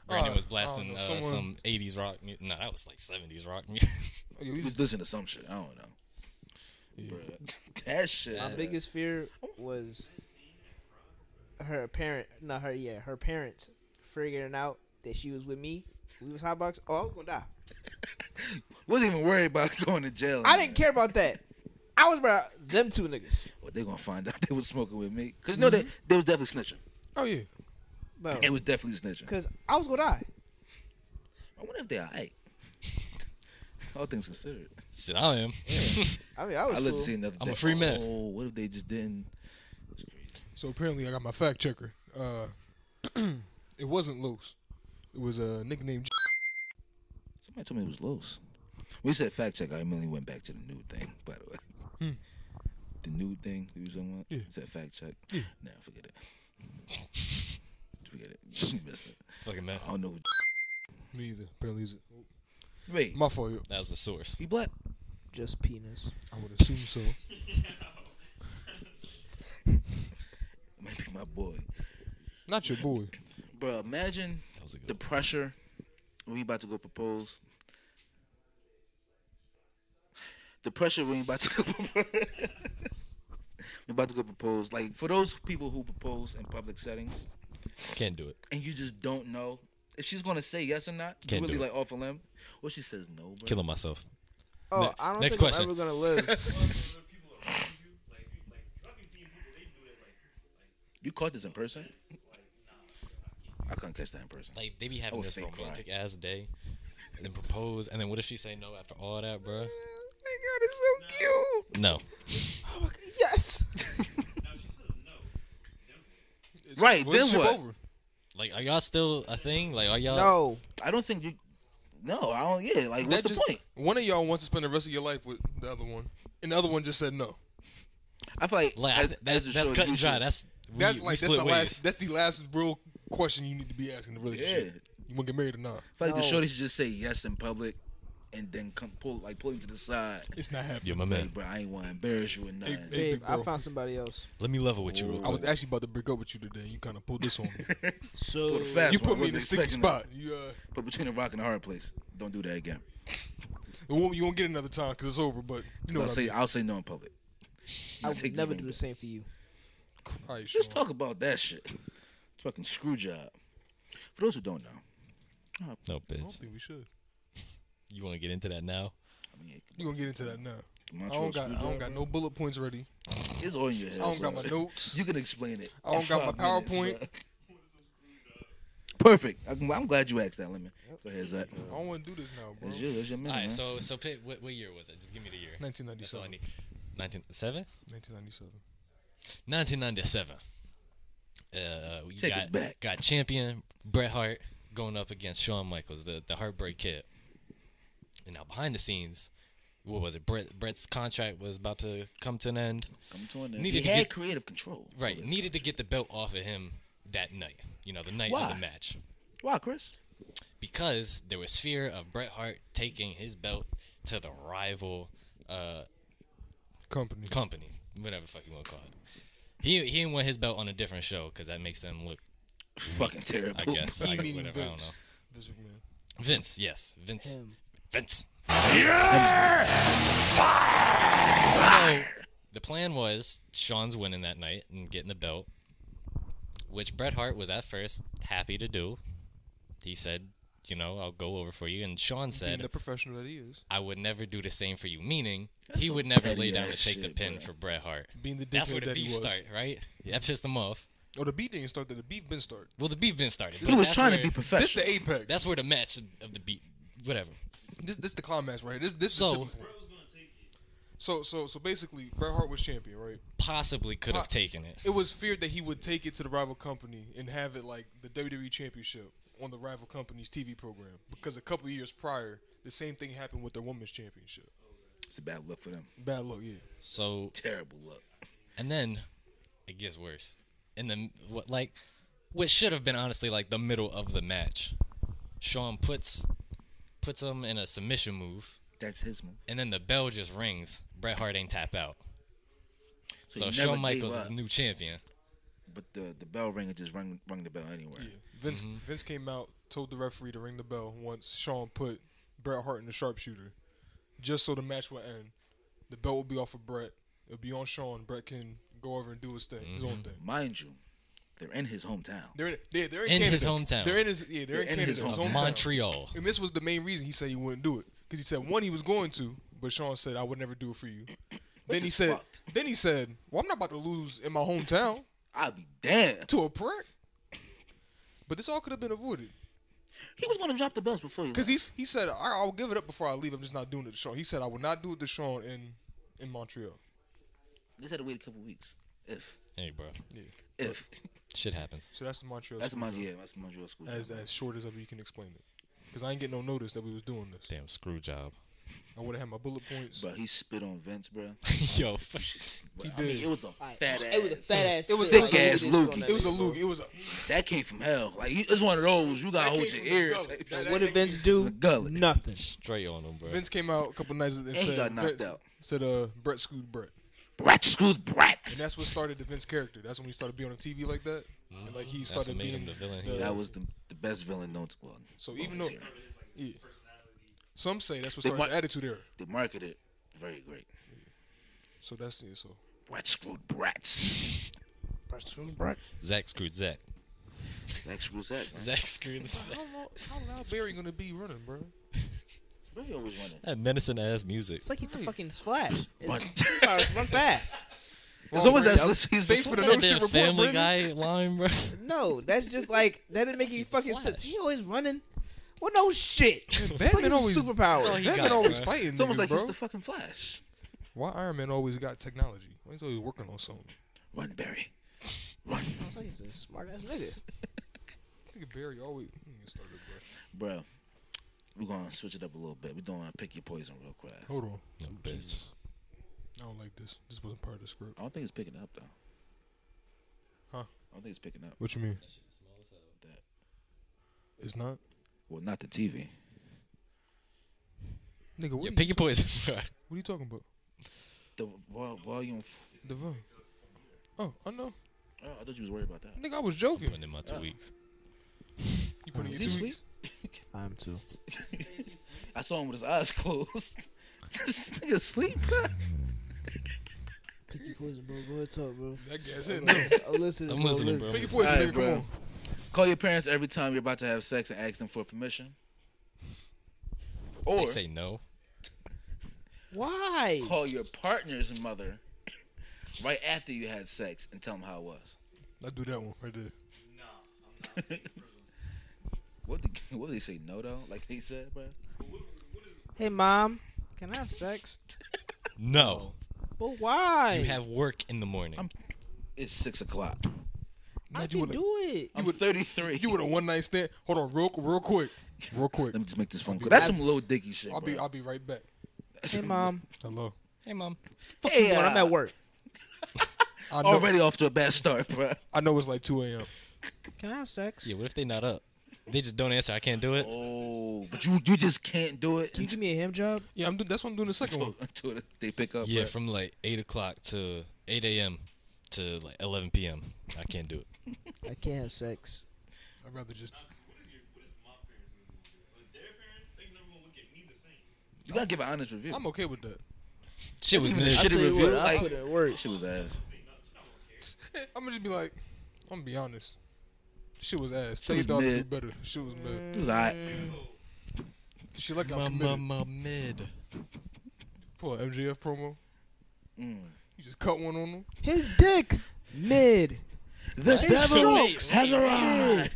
[SPEAKER 3] Brandon
[SPEAKER 4] Uh,
[SPEAKER 3] was
[SPEAKER 4] I
[SPEAKER 3] blasting
[SPEAKER 4] don't know,
[SPEAKER 3] uh, some
[SPEAKER 4] someone-
[SPEAKER 3] 80s rock. mu- No, that was like 70s rock. music.
[SPEAKER 4] Oh, yeah, we
[SPEAKER 2] He was listening to some shit. I don't know. Bruh. That shit.
[SPEAKER 1] My biggest fear was her parent. Not her. Yeah, her parents figuring out that she was with me. We was hotbox. Oh, I'm gonna die.
[SPEAKER 2] Wasn't even worried about (laughs) going to jail.
[SPEAKER 1] I didn't care about that. I was about them two niggas.
[SPEAKER 2] Well, they gonna find out (laughs) they was smoking with me. Cause no, they they was definitely snitching.
[SPEAKER 4] Oh yeah.
[SPEAKER 1] Bro,
[SPEAKER 2] They was definitely snitching.
[SPEAKER 1] cause I was gonna die.
[SPEAKER 2] I wonder if they alright. (laughs) All things considered,
[SPEAKER 3] (laughs) Shit, I am.
[SPEAKER 1] I mean, I was.
[SPEAKER 2] I love to
[SPEAKER 1] cool.
[SPEAKER 2] see another.
[SPEAKER 3] I'm a
[SPEAKER 2] day.
[SPEAKER 3] free man.
[SPEAKER 2] Oh, what if they just didn't? It's crazy.
[SPEAKER 4] So apparently, I got my fact checker. Uh, (clears throat) it wasn't loose. It was a nickname.
[SPEAKER 2] Somebody told me it was Los. We said fact check. I immediately went back to the new thing. (laughs) By the way,
[SPEAKER 3] Hmm.
[SPEAKER 2] the new thing we was on.
[SPEAKER 4] Yeah.
[SPEAKER 2] Is that fact check? Nah, forget it. (laughs) forget it. (laughs) You missed it.
[SPEAKER 3] (laughs) Fucking man.
[SPEAKER 2] I don't know.
[SPEAKER 4] Me either. Apparently, it's-
[SPEAKER 2] Wait,
[SPEAKER 4] My fault.
[SPEAKER 3] That was the source.
[SPEAKER 2] he black?
[SPEAKER 1] Just penis.
[SPEAKER 4] I would assume so.
[SPEAKER 2] Might be my boy.
[SPEAKER 4] Not your boy.
[SPEAKER 2] Bro, imagine
[SPEAKER 3] That was a
[SPEAKER 2] the
[SPEAKER 3] good.
[SPEAKER 2] pressure. We about to go propose. The pressure when you about to go (laughs) propose. we about to go propose. Like for those people who propose in public settings
[SPEAKER 3] one. Can't do it.
[SPEAKER 2] and you just don't know if she's gonna say yes or not, you
[SPEAKER 3] Can't
[SPEAKER 2] really
[SPEAKER 3] do it.
[SPEAKER 2] like off a limb. Well she says no, bro.
[SPEAKER 3] Killing myself.
[SPEAKER 1] Oh,
[SPEAKER 3] Ne-
[SPEAKER 1] I don't
[SPEAKER 3] next
[SPEAKER 1] think
[SPEAKER 3] question.
[SPEAKER 1] I'm ever gonna
[SPEAKER 2] (laughs)
[SPEAKER 1] live.
[SPEAKER 7] Other people around you, like, you- like, 'cause I've been seeing people, they do that, like,
[SPEAKER 2] You caught this in person? I couldn't catch that in person.
[SPEAKER 3] Like they be having
[SPEAKER 2] would
[SPEAKER 3] this
[SPEAKER 2] think cry.
[SPEAKER 3] romantic ass day, and then propose, and then what if she say no after all that, bro?
[SPEAKER 2] Oh
[SPEAKER 1] it's so cute.
[SPEAKER 3] No.
[SPEAKER 1] Oh my God, yes.
[SPEAKER 7] now if she says no,
[SPEAKER 2] Right, then
[SPEAKER 4] Relationship
[SPEAKER 2] what?
[SPEAKER 4] Over.
[SPEAKER 3] Like, are y'all still a thing? Like,
[SPEAKER 2] Uh,
[SPEAKER 3] are y'all?
[SPEAKER 1] No.
[SPEAKER 2] I don't think you No, I don't yeah, like what's the
[SPEAKER 4] That just-
[SPEAKER 2] point?
[SPEAKER 4] One of y'all wants to spend the rest of your life with the other one, and the other one just said no.
[SPEAKER 2] I feel like,
[SPEAKER 3] Like, I-
[SPEAKER 2] as,
[SPEAKER 3] that's,
[SPEAKER 2] as a
[SPEAKER 3] that's
[SPEAKER 2] show,
[SPEAKER 3] cut
[SPEAKER 2] you
[SPEAKER 3] and dry.
[SPEAKER 2] should-
[SPEAKER 3] That's we,
[SPEAKER 4] That's
[SPEAKER 3] we
[SPEAKER 4] like that's
[SPEAKER 3] split
[SPEAKER 4] the
[SPEAKER 3] ways.
[SPEAKER 4] last. That's the last real question you need to be asking in the relationship. You want to get married or not?
[SPEAKER 2] I feel like the
[SPEAKER 1] No.
[SPEAKER 2] shorty should just say yes in public, and then come pull like pull him to the side.
[SPEAKER 4] It's not happening.
[SPEAKER 3] Yo, my
[SPEAKER 2] Hey,
[SPEAKER 3] man.
[SPEAKER 2] bro, I ain't want to embarrass you or nothing.
[SPEAKER 4] Hey,
[SPEAKER 1] Babe,
[SPEAKER 4] big
[SPEAKER 1] I
[SPEAKER 4] bro.
[SPEAKER 1] found somebody else.
[SPEAKER 3] Let me level with you real
[SPEAKER 4] I
[SPEAKER 3] quick.
[SPEAKER 4] was actually about to break up with you today. You kind of pulled this on me.
[SPEAKER 2] Pull the fast
[SPEAKER 4] you
[SPEAKER 2] one.
[SPEAKER 4] put me in
[SPEAKER 2] Wasn't
[SPEAKER 4] a sticky
[SPEAKER 2] expecting that.
[SPEAKER 4] spot. You uh,
[SPEAKER 2] Put between a rock and a hard place. Don't do that again.
[SPEAKER 4] you won't, you won't get another time because it's over. But you
[SPEAKER 2] I'll
[SPEAKER 4] know what I
[SPEAKER 2] say
[SPEAKER 4] mean.
[SPEAKER 2] I'll say no in public.
[SPEAKER 1] I
[SPEAKER 2] I'll
[SPEAKER 1] would
[SPEAKER 2] take this
[SPEAKER 1] never
[SPEAKER 2] ring
[SPEAKER 1] do the
[SPEAKER 2] back.
[SPEAKER 1] same for you.
[SPEAKER 4] All right,
[SPEAKER 2] Let's
[SPEAKER 4] Sean.
[SPEAKER 2] talk about that shit. (laughs) Fucking screw job. For those who don't know,
[SPEAKER 3] no,
[SPEAKER 4] I don't
[SPEAKER 3] bitch.
[SPEAKER 4] think we should.
[SPEAKER 3] You want to get into that now?
[SPEAKER 2] I mean,
[SPEAKER 4] You gonna get into that now? I
[SPEAKER 2] Montreal
[SPEAKER 4] don't got.
[SPEAKER 2] screw
[SPEAKER 4] I don't
[SPEAKER 2] job.
[SPEAKER 4] got no bullet points ready.
[SPEAKER 2] It's all in your head.
[SPEAKER 4] I don't
[SPEAKER 2] son.
[SPEAKER 4] got my notes.
[SPEAKER 2] You can explain it.
[SPEAKER 4] I don't
[SPEAKER 2] in
[SPEAKER 4] got my
[SPEAKER 2] five
[SPEAKER 4] PowerPoint.
[SPEAKER 2] bro.
[SPEAKER 4] (laughs)
[SPEAKER 2] Perfect. I'm, I'm glad you asked that, Lemon. Go ahead, Zach.
[SPEAKER 4] I don't want to do this now, bro.
[SPEAKER 2] It's you. It's your minute.
[SPEAKER 3] All right.
[SPEAKER 2] man.
[SPEAKER 3] So, so pick, what, what year was it? Just give me the year. That's all I
[SPEAKER 4] 1997.
[SPEAKER 3] need. 1997. 1997.
[SPEAKER 4] 1997.
[SPEAKER 3] Uh, you
[SPEAKER 2] Take
[SPEAKER 3] got,
[SPEAKER 2] us back.
[SPEAKER 3] got champion Bret Hart going up against Shawn Michaels, the, the Heartbreak Kid. And now behind the scenes, what was it? Bret Bret's contract was about to come to an end.
[SPEAKER 2] Come to an end.
[SPEAKER 3] Needed
[SPEAKER 2] he
[SPEAKER 3] to
[SPEAKER 2] had
[SPEAKER 3] get-
[SPEAKER 2] creative control.
[SPEAKER 3] Right, needed to get the belt off of him that night. You know, the night of
[SPEAKER 2] Why?
[SPEAKER 3] the match.
[SPEAKER 2] Why, Chris?
[SPEAKER 3] because there was fear of Bret Hart taking his belt to the rival uh,
[SPEAKER 4] Company.
[SPEAKER 3] company, whatever the fuck you want to call it. He he didn't want his belt on a different show because that makes them look,
[SPEAKER 4] (laughs)
[SPEAKER 2] Fucking terrible.
[SPEAKER 3] I guess, I,
[SPEAKER 4] meaning
[SPEAKER 3] whatever. I don't
[SPEAKER 4] Vince.
[SPEAKER 3] know.
[SPEAKER 4] This big man.
[SPEAKER 3] Vince, yes, Vince,
[SPEAKER 1] Him.
[SPEAKER 3] Vince. So the plan was Sean's winning that night and getting the belt, which Bret Hart was at first happy to do. He said, "You know, I'll go over for you," and Sean
[SPEAKER 4] Being
[SPEAKER 3] said,
[SPEAKER 4] the professional that he is.
[SPEAKER 3] I would never do the same for you. Meaning,
[SPEAKER 2] That's
[SPEAKER 3] he
[SPEAKER 2] some
[SPEAKER 3] would never
[SPEAKER 2] petty
[SPEAKER 3] lay down to
[SPEAKER 2] ass
[SPEAKER 3] take the
[SPEAKER 2] shit,
[SPEAKER 3] pin
[SPEAKER 2] bruh.
[SPEAKER 3] for Bret Hart.
[SPEAKER 4] Being the
[SPEAKER 3] That's
[SPEAKER 4] dickhead
[SPEAKER 3] where the
[SPEAKER 4] that he
[SPEAKER 3] beef
[SPEAKER 4] was.
[SPEAKER 3] start, right? That pissed him off.
[SPEAKER 4] Oh, the beat didn't start. there. The beef been started.
[SPEAKER 3] Well, the beef been started.
[SPEAKER 2] He
[SPEAKER 3] but
[SPEAKER 2] was
[SPEAKER 3] that's
[SPEAKER 2] trying to
[SPEAKER 3] where-
[SPEAKER 2] be
[SPEAKER 4] This
[SPEAKER 2] professional.
[SPEAKER 4] the apex.
[SPEAKER 3] That's where the match of the beat, whatever.
[SPEAKER 4] this this the climax right here. This this
[SPEAKER 3] So-
[SPEAKER 4] the tipping point. So so so basically, Bret Hart was champion, right?
[SPEAKER 3] Possibly could have
[SPEAKER 4] Pop-
[SPEAKER 3] taken it.
[SPEAKER 4] It was feared that he would take it to the rival company and have it like the WWE Championship on the rival company's TV program because a couple years prior, the same thing happened with their women's championship.
[SPEAKER 2] It's a bad look for them.
[SPEAKER 4] Bad luck, yeah.
[SPEAKER 3] So,
[SPEAKER 2] Terrible look.
[SPEAKER 3] and then it gets worse. And then what, like, what should have been honestly like the middle of the match, Sean puts puts him in a submission move,
[SPEAKER 2] That's his move.
[SPEAKER 3] and then the bell just rings. Bret Hart ain't tap out. So,
[SPEAKER 2] he never
[SPEAKER 3] Shawn
[SPEAKER 2] gave
[SPEAKER 3] Michaels
[SPEAKER 2] up.
[SPEAKER 3] is new champion.
[SPEAKER 2] But the, the bell ringer just rung, rung the bell anywhere.
[SPEAKER 4] Yeah. Vince
[SPEAKER 3] Mm-hmm.
[SPEAKER 4] Vince came out, told the referee to ring the bell once Sean put Bret Hart in the sharpshooter, just so the match would end. The belt would be off of Bret. It'll be on Sean. Bret can go over and do his thing, his
[SPEAKER 3] Mm-hmm.
[SPEAKER 4] own thing.
[SPEAKER 2] Mind you, they're in his hometown.
[SPEAKER 4] They're in, they're, they're in,
[SPEAKER 3] In
[SPEAKER 4] Canada.
[SPEAKER 3] his hometown.
[SPEAKER 4] They're in his yeah. They're, in
[SPEAKER 2] in
[SPEAKER 4] Canada.
[SPEAKER 2] his
[SPEAKER 4] His hometown.
[SPEAKER 2] hometown.
[SPEAKER 3] Montreal.
[SPEAKER 4] And this was the main reason he said he wouldn't do it because he said one he was going to, but Sean said I would never do it for you. then he
[SPEAKER 2] is
[SPEAKER 4] said,
[SPEAKER 2] fucked.
[SPEAKER 4] then he said, well I'm not about to lose in my hometown
[SPEAKER 2] I'll be damned.
[SPEAKER 4] to a prick. But this all could have been avoided
[SPEAKER 2] He was going to drop the bells before he
[SPEAKER 4] because
[SPEAKER 2] left.
[SPEAKER 4] he's he said I, I'll give it up before I leave. I'm just not doing it to Sean. He said I will not do it to Sean in in Montreal.
[SPEAKER 2] They just had to wait a couple weeks. If.
[SPEAKER 3] Hey, bro.
[SPEAKER 2] If.
[SPEAKER 3] Shit happens.
[SPEAKER 4] So that's the Montreal.
[SPEAKER 2] That's
[SPEAKER 4] school
[SPEAKER 2] my,
[SPEAKER 4] job.
[SPEAKER 2] yeah, that's Montreal school.
[SPEAKER 4] As
[SPEAKER 2] job.
[SPEAKER 4] as short as ever you can explain it, because I ain't get no notice that we was doing this.
[SPEAKER 3] Damn screw job. (laughs)
[SPEAKER 4] I would have had my bullet points.
[SPEAKER 2] But he spit on Vince, bro.
[SPEAKER 3] Yo, fuck.
[SPEAKER 4] (laughs) He
[SPEAKER 2] I mean,
[SPEAKER 4] did.
[SPEAKER 2] it was a
[SPEAKER 1] Alright.
[SPEAKER 2] fat ass.
[SPEAKER 1] It was a fat ass.
[SPEAKER 4] It was
[SPEAKER 1] shit.
[SPEAKER 4] thick
[SPEAKER 1] I
[SPEAKER 2] ass
[SPEAKER 1] don't know who
[SPEAKER 2] loogie.
[SPEAKER 1] did this
[SPEAKER 4] it was a
[SPEAKER 1] on that
[SPEAKER 4] Luke.
[SPEAKER 1] bitch,
[SPEAKER 4] It was a.
[SPEAKER 2] That came from hell. Like he- it's one of those you gotta
[SPEAKER 4] That
[SPEAKER 2] hold your
[SPEAKER 4] came from the
[SPEAKER 2] ear.
[SPEAKER 4] gullet.
[SPEAKER 2] type
[SPEAKER 4] That-
[SPEAKER 1] bro.
[SPEAKER 2] shit.
[SPEAKER 1] What did Vince do?
[SPEAKER 2] Gullet.
[SPEAKER 1] Nothing.
[SPEAKER 3] Straight on him, bro.
[SPEAKER 4] Vince came out a couple nights and
[SPEAKER 2] he
[SPEAKER 4] said,
[SPEAKER 2] got knocked
[SPEAKER 4] Vince-
[SPEAKER 2] out.
[SPEAKER 4] said, uh, Brett screwed Brett.
[SPEAKER 2] Brat screwed brat.
[SPEAKER 4] And that's what started the Vince character. That's when he started being on TV like that. And like he
[SPEAKER 3] That's
[SPEAKER 4] started
[SPEAKER 3] what made
[SPEAKER 4] being
[SPEAKER 3] him the villain he
[SPEAKER 2] That was the, the best villain known to well,
[SPEAKER 4] So
[SPEAKER 2] well,
[SPEAKER 4] even though,
[SPEAKER 2] yeah,
[SPEAKER 4] yeah. some say that's what
[SPEAKER 2] They
[SPEAKER 4] started
[SPEAKER 2] might-
[SPEAKER 4] the attitude era.
[SPEAKER 2] they marketed very great.
[SPEAKER 4] So that's it. So
[SPEAKER 2] Brat screwed brats.
[SPEAKER 3] Zach screwed Zach.
[SPEAKER 2] That screws that. man.
[SPEAKER 3] Zach screwed Zach.
[SPEAKER 4] how (laughs) long, how loud Barry gonna be running, bro?
[SPEAKER 2] Barry always wanted.
[SPEAKER 3] That menacing ass music.
[SPEAKER 1] It's like he's the fucking Flash.
[SPEAKER 2] But
[SPEAKER 1] It's (laughs) run fast.
[SPEAKER 2] it's always as he's the
[SPEAKER 4] Face for
[SPEAKER 2] for
[SPEAKER 4] the
[SPEAKER 3] That
[SPEAKER 4] no
[SPEAKER 3] damn
[SPEAKER 4] shit report,
[SPEAKER 3] Family
[SPEAKER 4] Brandon.
[SPEAKER 3] Guy line,
[SPEAKER 4] (laughs)
[SPEAKER 3] bro.
[SPEAKER 1] No, that's just like that didn't make any
[SPEAKER 3] He's the
[SPEAKER 1] fucking sense.
[SPEAKER 3] Flash.
[SPEAKER 1] He always running. Well, no shit. Fuck
[SPEAKER 4] Batman
[SPEAKER 1] is
[SPEAKER 4] always,
[SPEAKER 1] a superpower.
[SPEAKER 3] That's all he
[SPEAKER 4] (laughs) Batman
[SPEAKER 3] got,
[SPEAKER 4] always
[SPEAKER 3] bruh.
[SPEAKER 4] fighting
[SPEAKER 2] It's almost
[SPEAKER 4] niggas,
[SPEAKER 2] like
[SPEAKER 4] bro.
[SPEAKER 2] he's the fucking Flash.
[SPEAKER 4] Why Iron Man always got technology? Why he's always working on something?
[SPEAKER 2] Run, Barry. Run,
[SPEAKER 1] I was like, he's a smart ass nigga.
[SPEAKER 4] I think Barry always Hmm, it started, bro.
[SPEAKER 2] bro. We're gonna switch it up a little bit. We don't want to pick your poison real quick.
[SPEAKER 4] Hold on,
[SPEAKER 3] No, bitch.
[SPEAKER 4] I don't like this. This wasn't part of the script.
[SPEAKER 2] I don't think it's picking up though.
[SPEAKER 4] Huh?
[SPEAKER 2] I don't think it's picking up.
[SPEAKER 4] What you mean?
[SPEAKER 2] That-
[SPEAKER 4] It's not,
[SPEAKER 2] Well, not the TV.
[SPEAKER 4] nigga. What,
[SPEAKER 3] Yo,
[SPEAKER 4] you,
[SPEAKER 3] pick your poison, (laughs) bro.
[SPEAKER 4] what are you talking about?
[SPEAKER 2] The vol- volume. F-
[SPEAKER 4] The volume. Oh, I know,
[SPEAKER 2] oh, I thought you was worried about that.
[SPEAKER 4] nigga. I was joking.
[SPEAKER 3] Putting in my two weeks.
[SPEAKER 4] You putting
[SPEAKER 2] Is
[SPEAKER 4] your
[SPEAKER 2] he
[SPEAKER 4] two
[SPEAKER 2] asleep?
[SPEAKER 4] weeks?
[SPEAKER 1] I'm too.
[SPEAKER 2] I saw him with his eyes closed. (laughs) this nigga
[SPEAKER 4] (laughs)
[SPEAKER 2] asleep. bro.
[SPEAKER 1] Pick your poison, bro. Go ahead, talk, bro.
[SPEAKER 4] That guy's it.
[SPEAKER 1] I'm listening.
[SPEAKER 3] I'm listening, bro.
[SPEAKER 4] Pick your poison,
[SPEAKER 2] Alright,
[SPEAKER 4] nigga. Come
[SPEAKER 2] bro.
[SPEAKER 4] on.
[SPEAKER 2] Call your parents every time you're about to have sex and ask them for permission.
[SPEAKER 3] They
[SPEAKER 2] Or
[SPEAKER 3] say no.
[SPEAKER 1] Why?
[SPEAKER 2] call your partner's mother right after you had sex and tell them how it was.
[SPEAKER 4] I do that one right there.
[SPEAKER 7] Nah, I'm not.
[SPEAKER 2] What did, (laughs) what did they say? No, though? Like he said, bro?
[SPEAKER 1] Hey, mom. Can I have sex?
[SPEAKER 3] No.
[SPEAKER 1] But why?
[SPEAKER 2] Oh,
[SPEAKER 3] You have work in the morning.
[SPEAKER 2] I'm- It's 6 o'clock.
[SPEAKER 1] I
[SPEAKER 4] Imagine
[SPEAKER 1] can
[SPEAKER 4] what a-
[SPEAKER 1] do it.
[SPEAKER 2] I'm 33.
[SPEAKER 4] You with a one night stand? Hold on, real, real quick, real
[SPEAKER 2] (laughs)
[SPEAKER 4] quick.
[SPEAKER 2] Let me just make this phone
[SPEAKER 4] be
[SPEAKER 2] call. That's
[SPEAKER 1] right-
[SPEAKER 2] some little dicky shit.
[SPEAKER 4] I'll be,
[SPEAKER 2] bro.
[SPEAKER 4] I'll be right back.
[SPEAKER 1] Hey, mom.
[SPEAKER 4] Hello.
[SPEAKER 3] hey, mom.
[SPEAKER 1] Fuck
[SPEAKER 2] Hey,
[SPEAKER 1] you doing? I'm
[SPEAKER 2] uh,
[SPEAKER 1] at work.
[SPEAKER 4] I
[SPEAKER 2] (laughs)
[SPEAKER 4] know,
[SPEAKER 2] Already off to a bad start, bro.
[SPEAKER 4] I know it's like 2 a.m.
[SPEAKER 1] Can I have sex?
[SPEAKER 3] Yeah, what if they not up? They just don't answer. I can't do it.
[SPEAKER 2] Oh, but you you just can't do it
[SPEAKER 1] Can you give me a ham job?
[SPEAKER 4] Yeah, I'm doing. That's what I'm doing the second one.
[SPEAKER 2] (laughs) until, until they pick up.
[SPEAKER 3] Yeah,
[SPEAKER 2] bro.
[SPEAKER 3] from like eight o'clock to eight a.m. to like eleven p.m. I can't do it.
[SPEAKER 1] I can't have sex.
[SPEAKER 4] I'd rather just.
[SPEAKER 7] Nah, 'cause what is your, what is my parents gonna do? Like, their parents, they never gonna look at me the same.
[SPEAKER 2] you gotta give an honest review.
[SPEAKER 4] I'm okay with that. (laughs)
[SPEAKER 3] Shit was
[SPEAKER 2] Even the
[SPEAKER 3] mid.
[SPEAKER 1] I
[SPEAKER 2] Shitty
[SPEAKER 1] tell you what,
[SPEAKER 2] review,
[SPEAKER 1] I
[SPEAKER 2] like-
[SPEAKER 1] put it at work.
[SPEAKER 2] Shit was ass.
[SPEAKER 4] I'm gonna just be like, I'm gonna be honest. Shit was ass. Tell
[SPEAKER 2] was
[SPEAKER 4] your daughter to do
[SPEAKER 2] mid. Mm.
[SPEAKER 4] better. Shit was mid.
[SPEAKER 2] It was alright.
[SPEAKER 4] She like I'm
[SPEAKER 3] Mama,
[SPEAKER 4] committed.
[SPEAKER 3] mama, mid.
[SPEAKER 4] Pull an MJF promo.
[SPEAKER 2] Mm.
[SPEAKER 4] You just cut one on them.
[SPEAKER 1] His dick mid.
[SPEAKER 2] The
[SPEAKER 3] devil wait, has
[SPEAKER 2] arrived.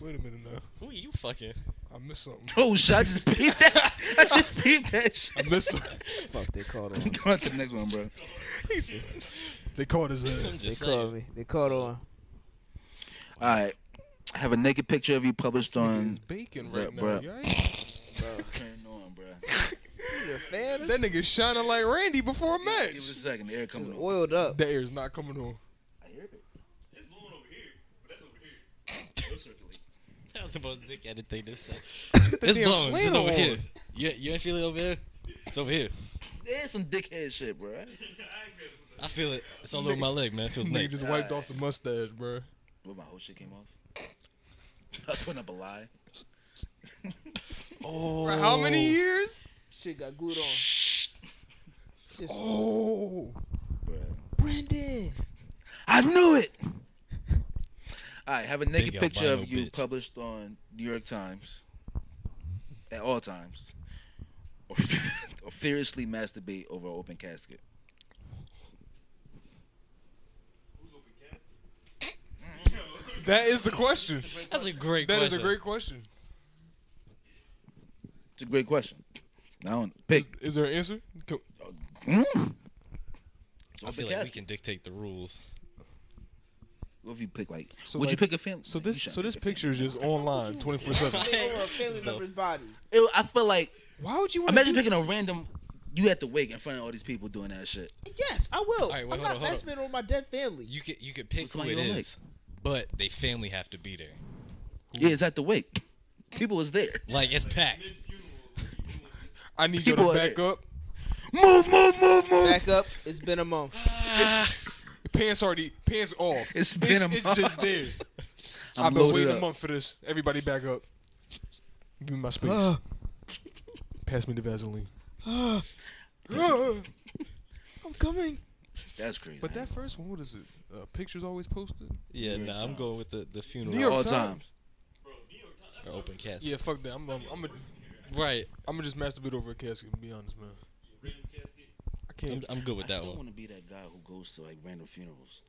[SPEAKER 4] Wait a minute now.
[SPEAKER 3] Who you fucking?
[SPEAKER 4] I missed something.
[SPEAKER 2] (laughs) Oh shit! I just peeped that. (laughs) I just peeped that
[SPEAKER 4] I
[SPEAKER 2] shit.
[SPEAKER 4] missed something.
[SPEAKER 1] Fuck, they called (laughs)
[SPEAKER 2] (laughs)
[SPEAKER 1] on.
[SPEAKER 2] Go on to the next one, bro.
[SPEAKER 4] (laughs) They called his ass.
[SPEAKER 3] I'm
[SPEAKER 1] They
[SPEAKER 3] just
[SPEAKER 1] called
[SPEAKER 3] (laughs) saying.
[SPEAKER 1] me. They called on.
[SPEAKER 2] All right. Have a naked picture of you published
[SPEAKER 4] (laughs)
[SPEAKER 2] (laughs)
[SPEAKER 4] It's
[SPEAKER 2] on.
[SPEAKER 4] bacon
[SPEAKER 2] Yeah,
[SPEAKER 4] right now.
[SPEAKER 2] bruh.
[SPEAKER 4] you alright?
[SPEAKER 2] Turn on, bro.
[SPEAKER 4] That nigga shining like Randy before a
[SPEAKER 2] Give it
[SPEAKER 4] match.
[SPEAKER 2] a second. The air coming on.
[SPEAKER 1] Oiled up.
[SPEAKER 4] That air's not coming on.
[SPEAKER 2] I hear it.
[SPEAKER 7] It's blowing over here, but that's over here. (laughs)
[SPEAKER 3] That was the most dick-headed thing this time. It's blowing. Just over here. You, you ain't feel it over there? It's over here.
[SPEAKER 2] There's some dickhead shit, bro.
[SPEAKER 3] I feel it. It's all over my leg, man. It feels
[SPEAKER 4] Nigga
[SPEAKER 3] nice.
[SPEAKER 4] just wiped off the mustache, bruh.
[SPEAKER 2] Where my whole shit came off. (laughs) I was putting up a lie.
[SPEAKER 3] Oh.
[SPEAKER 4] For how many years?
[SPEAKER 1] Shit got glued on. Just-
[SPEAKER 4] Oh,
[SPEAKER 2] Bro.
[SPEAKER 1] Brandon.
[SPEAKER 2] I knew it. All right. Have a naked
[SPEAKER 3] Big
[SPEAKER 2] picture of
[SPEAKER 3] albino
[SPEAKER 2] you
[SPEAKER 3] bitch.
[SPEAKER 2] published on New York Times at all times, or, (laughs) or furiously masturbate over an open casket.
[SPEAKER 7] (laughs)
[SPEAKER 4] that is the question.
[SPEAKER 3] That's a great
[SPEAKER 4] That
[SPEAKER 3] question.
[SPEAKER 4] is a great question.
[SPEAKER 2] It's a great question. I don't pick.
[SPEAKER 4] Is there an answer? Co-
[SPEAKER 2] Mm.
[SPEAKER 3] I feel like we can dictate the rules.
[SPEAKER 2] What if you pick like?
[SPEAKER 4] So,
[SPEAKER 2] would you
[SPEAKER 4] like-
[SPEAKER 2] pick a family?
[SPEAKER 4] So
[SPEAKER 2] you
[SPEAKER 4] this
[SPEAKER 2] shouldn't
[SPEAKER 4] so this
[SPEAKER 2] pick a family.
[SPEAKER 4] picture is just online twenty four seven. (laughs)
[SPEAKER 1] Over a (laughs) family member's body.
[SPEAKER 2] It, I feel like
[SPEAKER 1] Why would you want
[SPEAKER 2] imagine
[SPEAKER 1] to?
[SPEAKER 2] picking a random. You at the wake in front of all these people doing that shit.
[SPEAKER 1] Yes, I will.
[SPEAKER 3] right, wait,
[SPEAKER 1] I'm
[SPEAKER 3] hold
[SPEAKER 1] not
[SPEAKER 3] on, hold on.
[SPEAKER 1] messing on my dead family.
[SPEAKER 3] You could you could pick
[SPEAKER 2] What's
[SPEAKER 3] who
[SPEAKER 2] wrong
[SPEAKER 3] it
[SPEAKER 2] you don't
[SPEAKER 3] is, but they family have to be there.
[SPEAKER 2] Yeah, it's at the wake. People is there.
[SPEAKER 3] Like it's packed.
[SPEAKER 4] I need you
[SPEAKER 2] People
[SPEAKER 4] to
[SPEAKER 2] are
[SPEAKER 4] back
[SPEAKER 2] there.
[SPEAKER 4] up.
[SPEAKER 2] Move, move, move, move.
[SPEAKER 1] Back up. It's been a month.
[SPEAKER 4] Pants already pants (laughs) off.
[SPEAKER 2] It's been a
[SPEAKER 4] It's just there.
[SPEAKER 2] I'm
[SPEAKER 4] I've been
[SPEAKER 2] loaded
[SPEAKER 4] waiting a
[SPEAKER 2] up.
[SPEAKER 4] month for this. Everybody back up. Give me my space. Pass me the Vaseline.
[SPEAKER 1] (gasps) I'm coming.
[SPEAKER 2] That's crazy.
[SPEAKER 4] But that first one, what is it? Uh, pictures always posted.
[SPEAKER 3] Yeah, nah, I'm going with the the funeral
[SPEAKER 4] New York
[SPEAKER 2] all times.
[SPEAKER 4] Times.
[SPEAKER 3] or open casket.
[SPEAKER 4] Yeah, fuck that. I'm I'm I'm gonna
[SPEAKER 3] Right,
[SPEAKER 4] I'm just masturbate over a casket. To be honest, man.
[SPEAKER 7] (laughs)
[SPEAKER 4] I
[SPEAKER 3] I'm,
[SPEAKER 4] can't.
[SPEAKER 3] I'm good with
[SPEAKER 2] I
[SPEAKER 3] that
[SPEAKER 2] still
[SPEAKER 3] one.
[SPEAKER 2] want to be that guy who goes to like random funerals.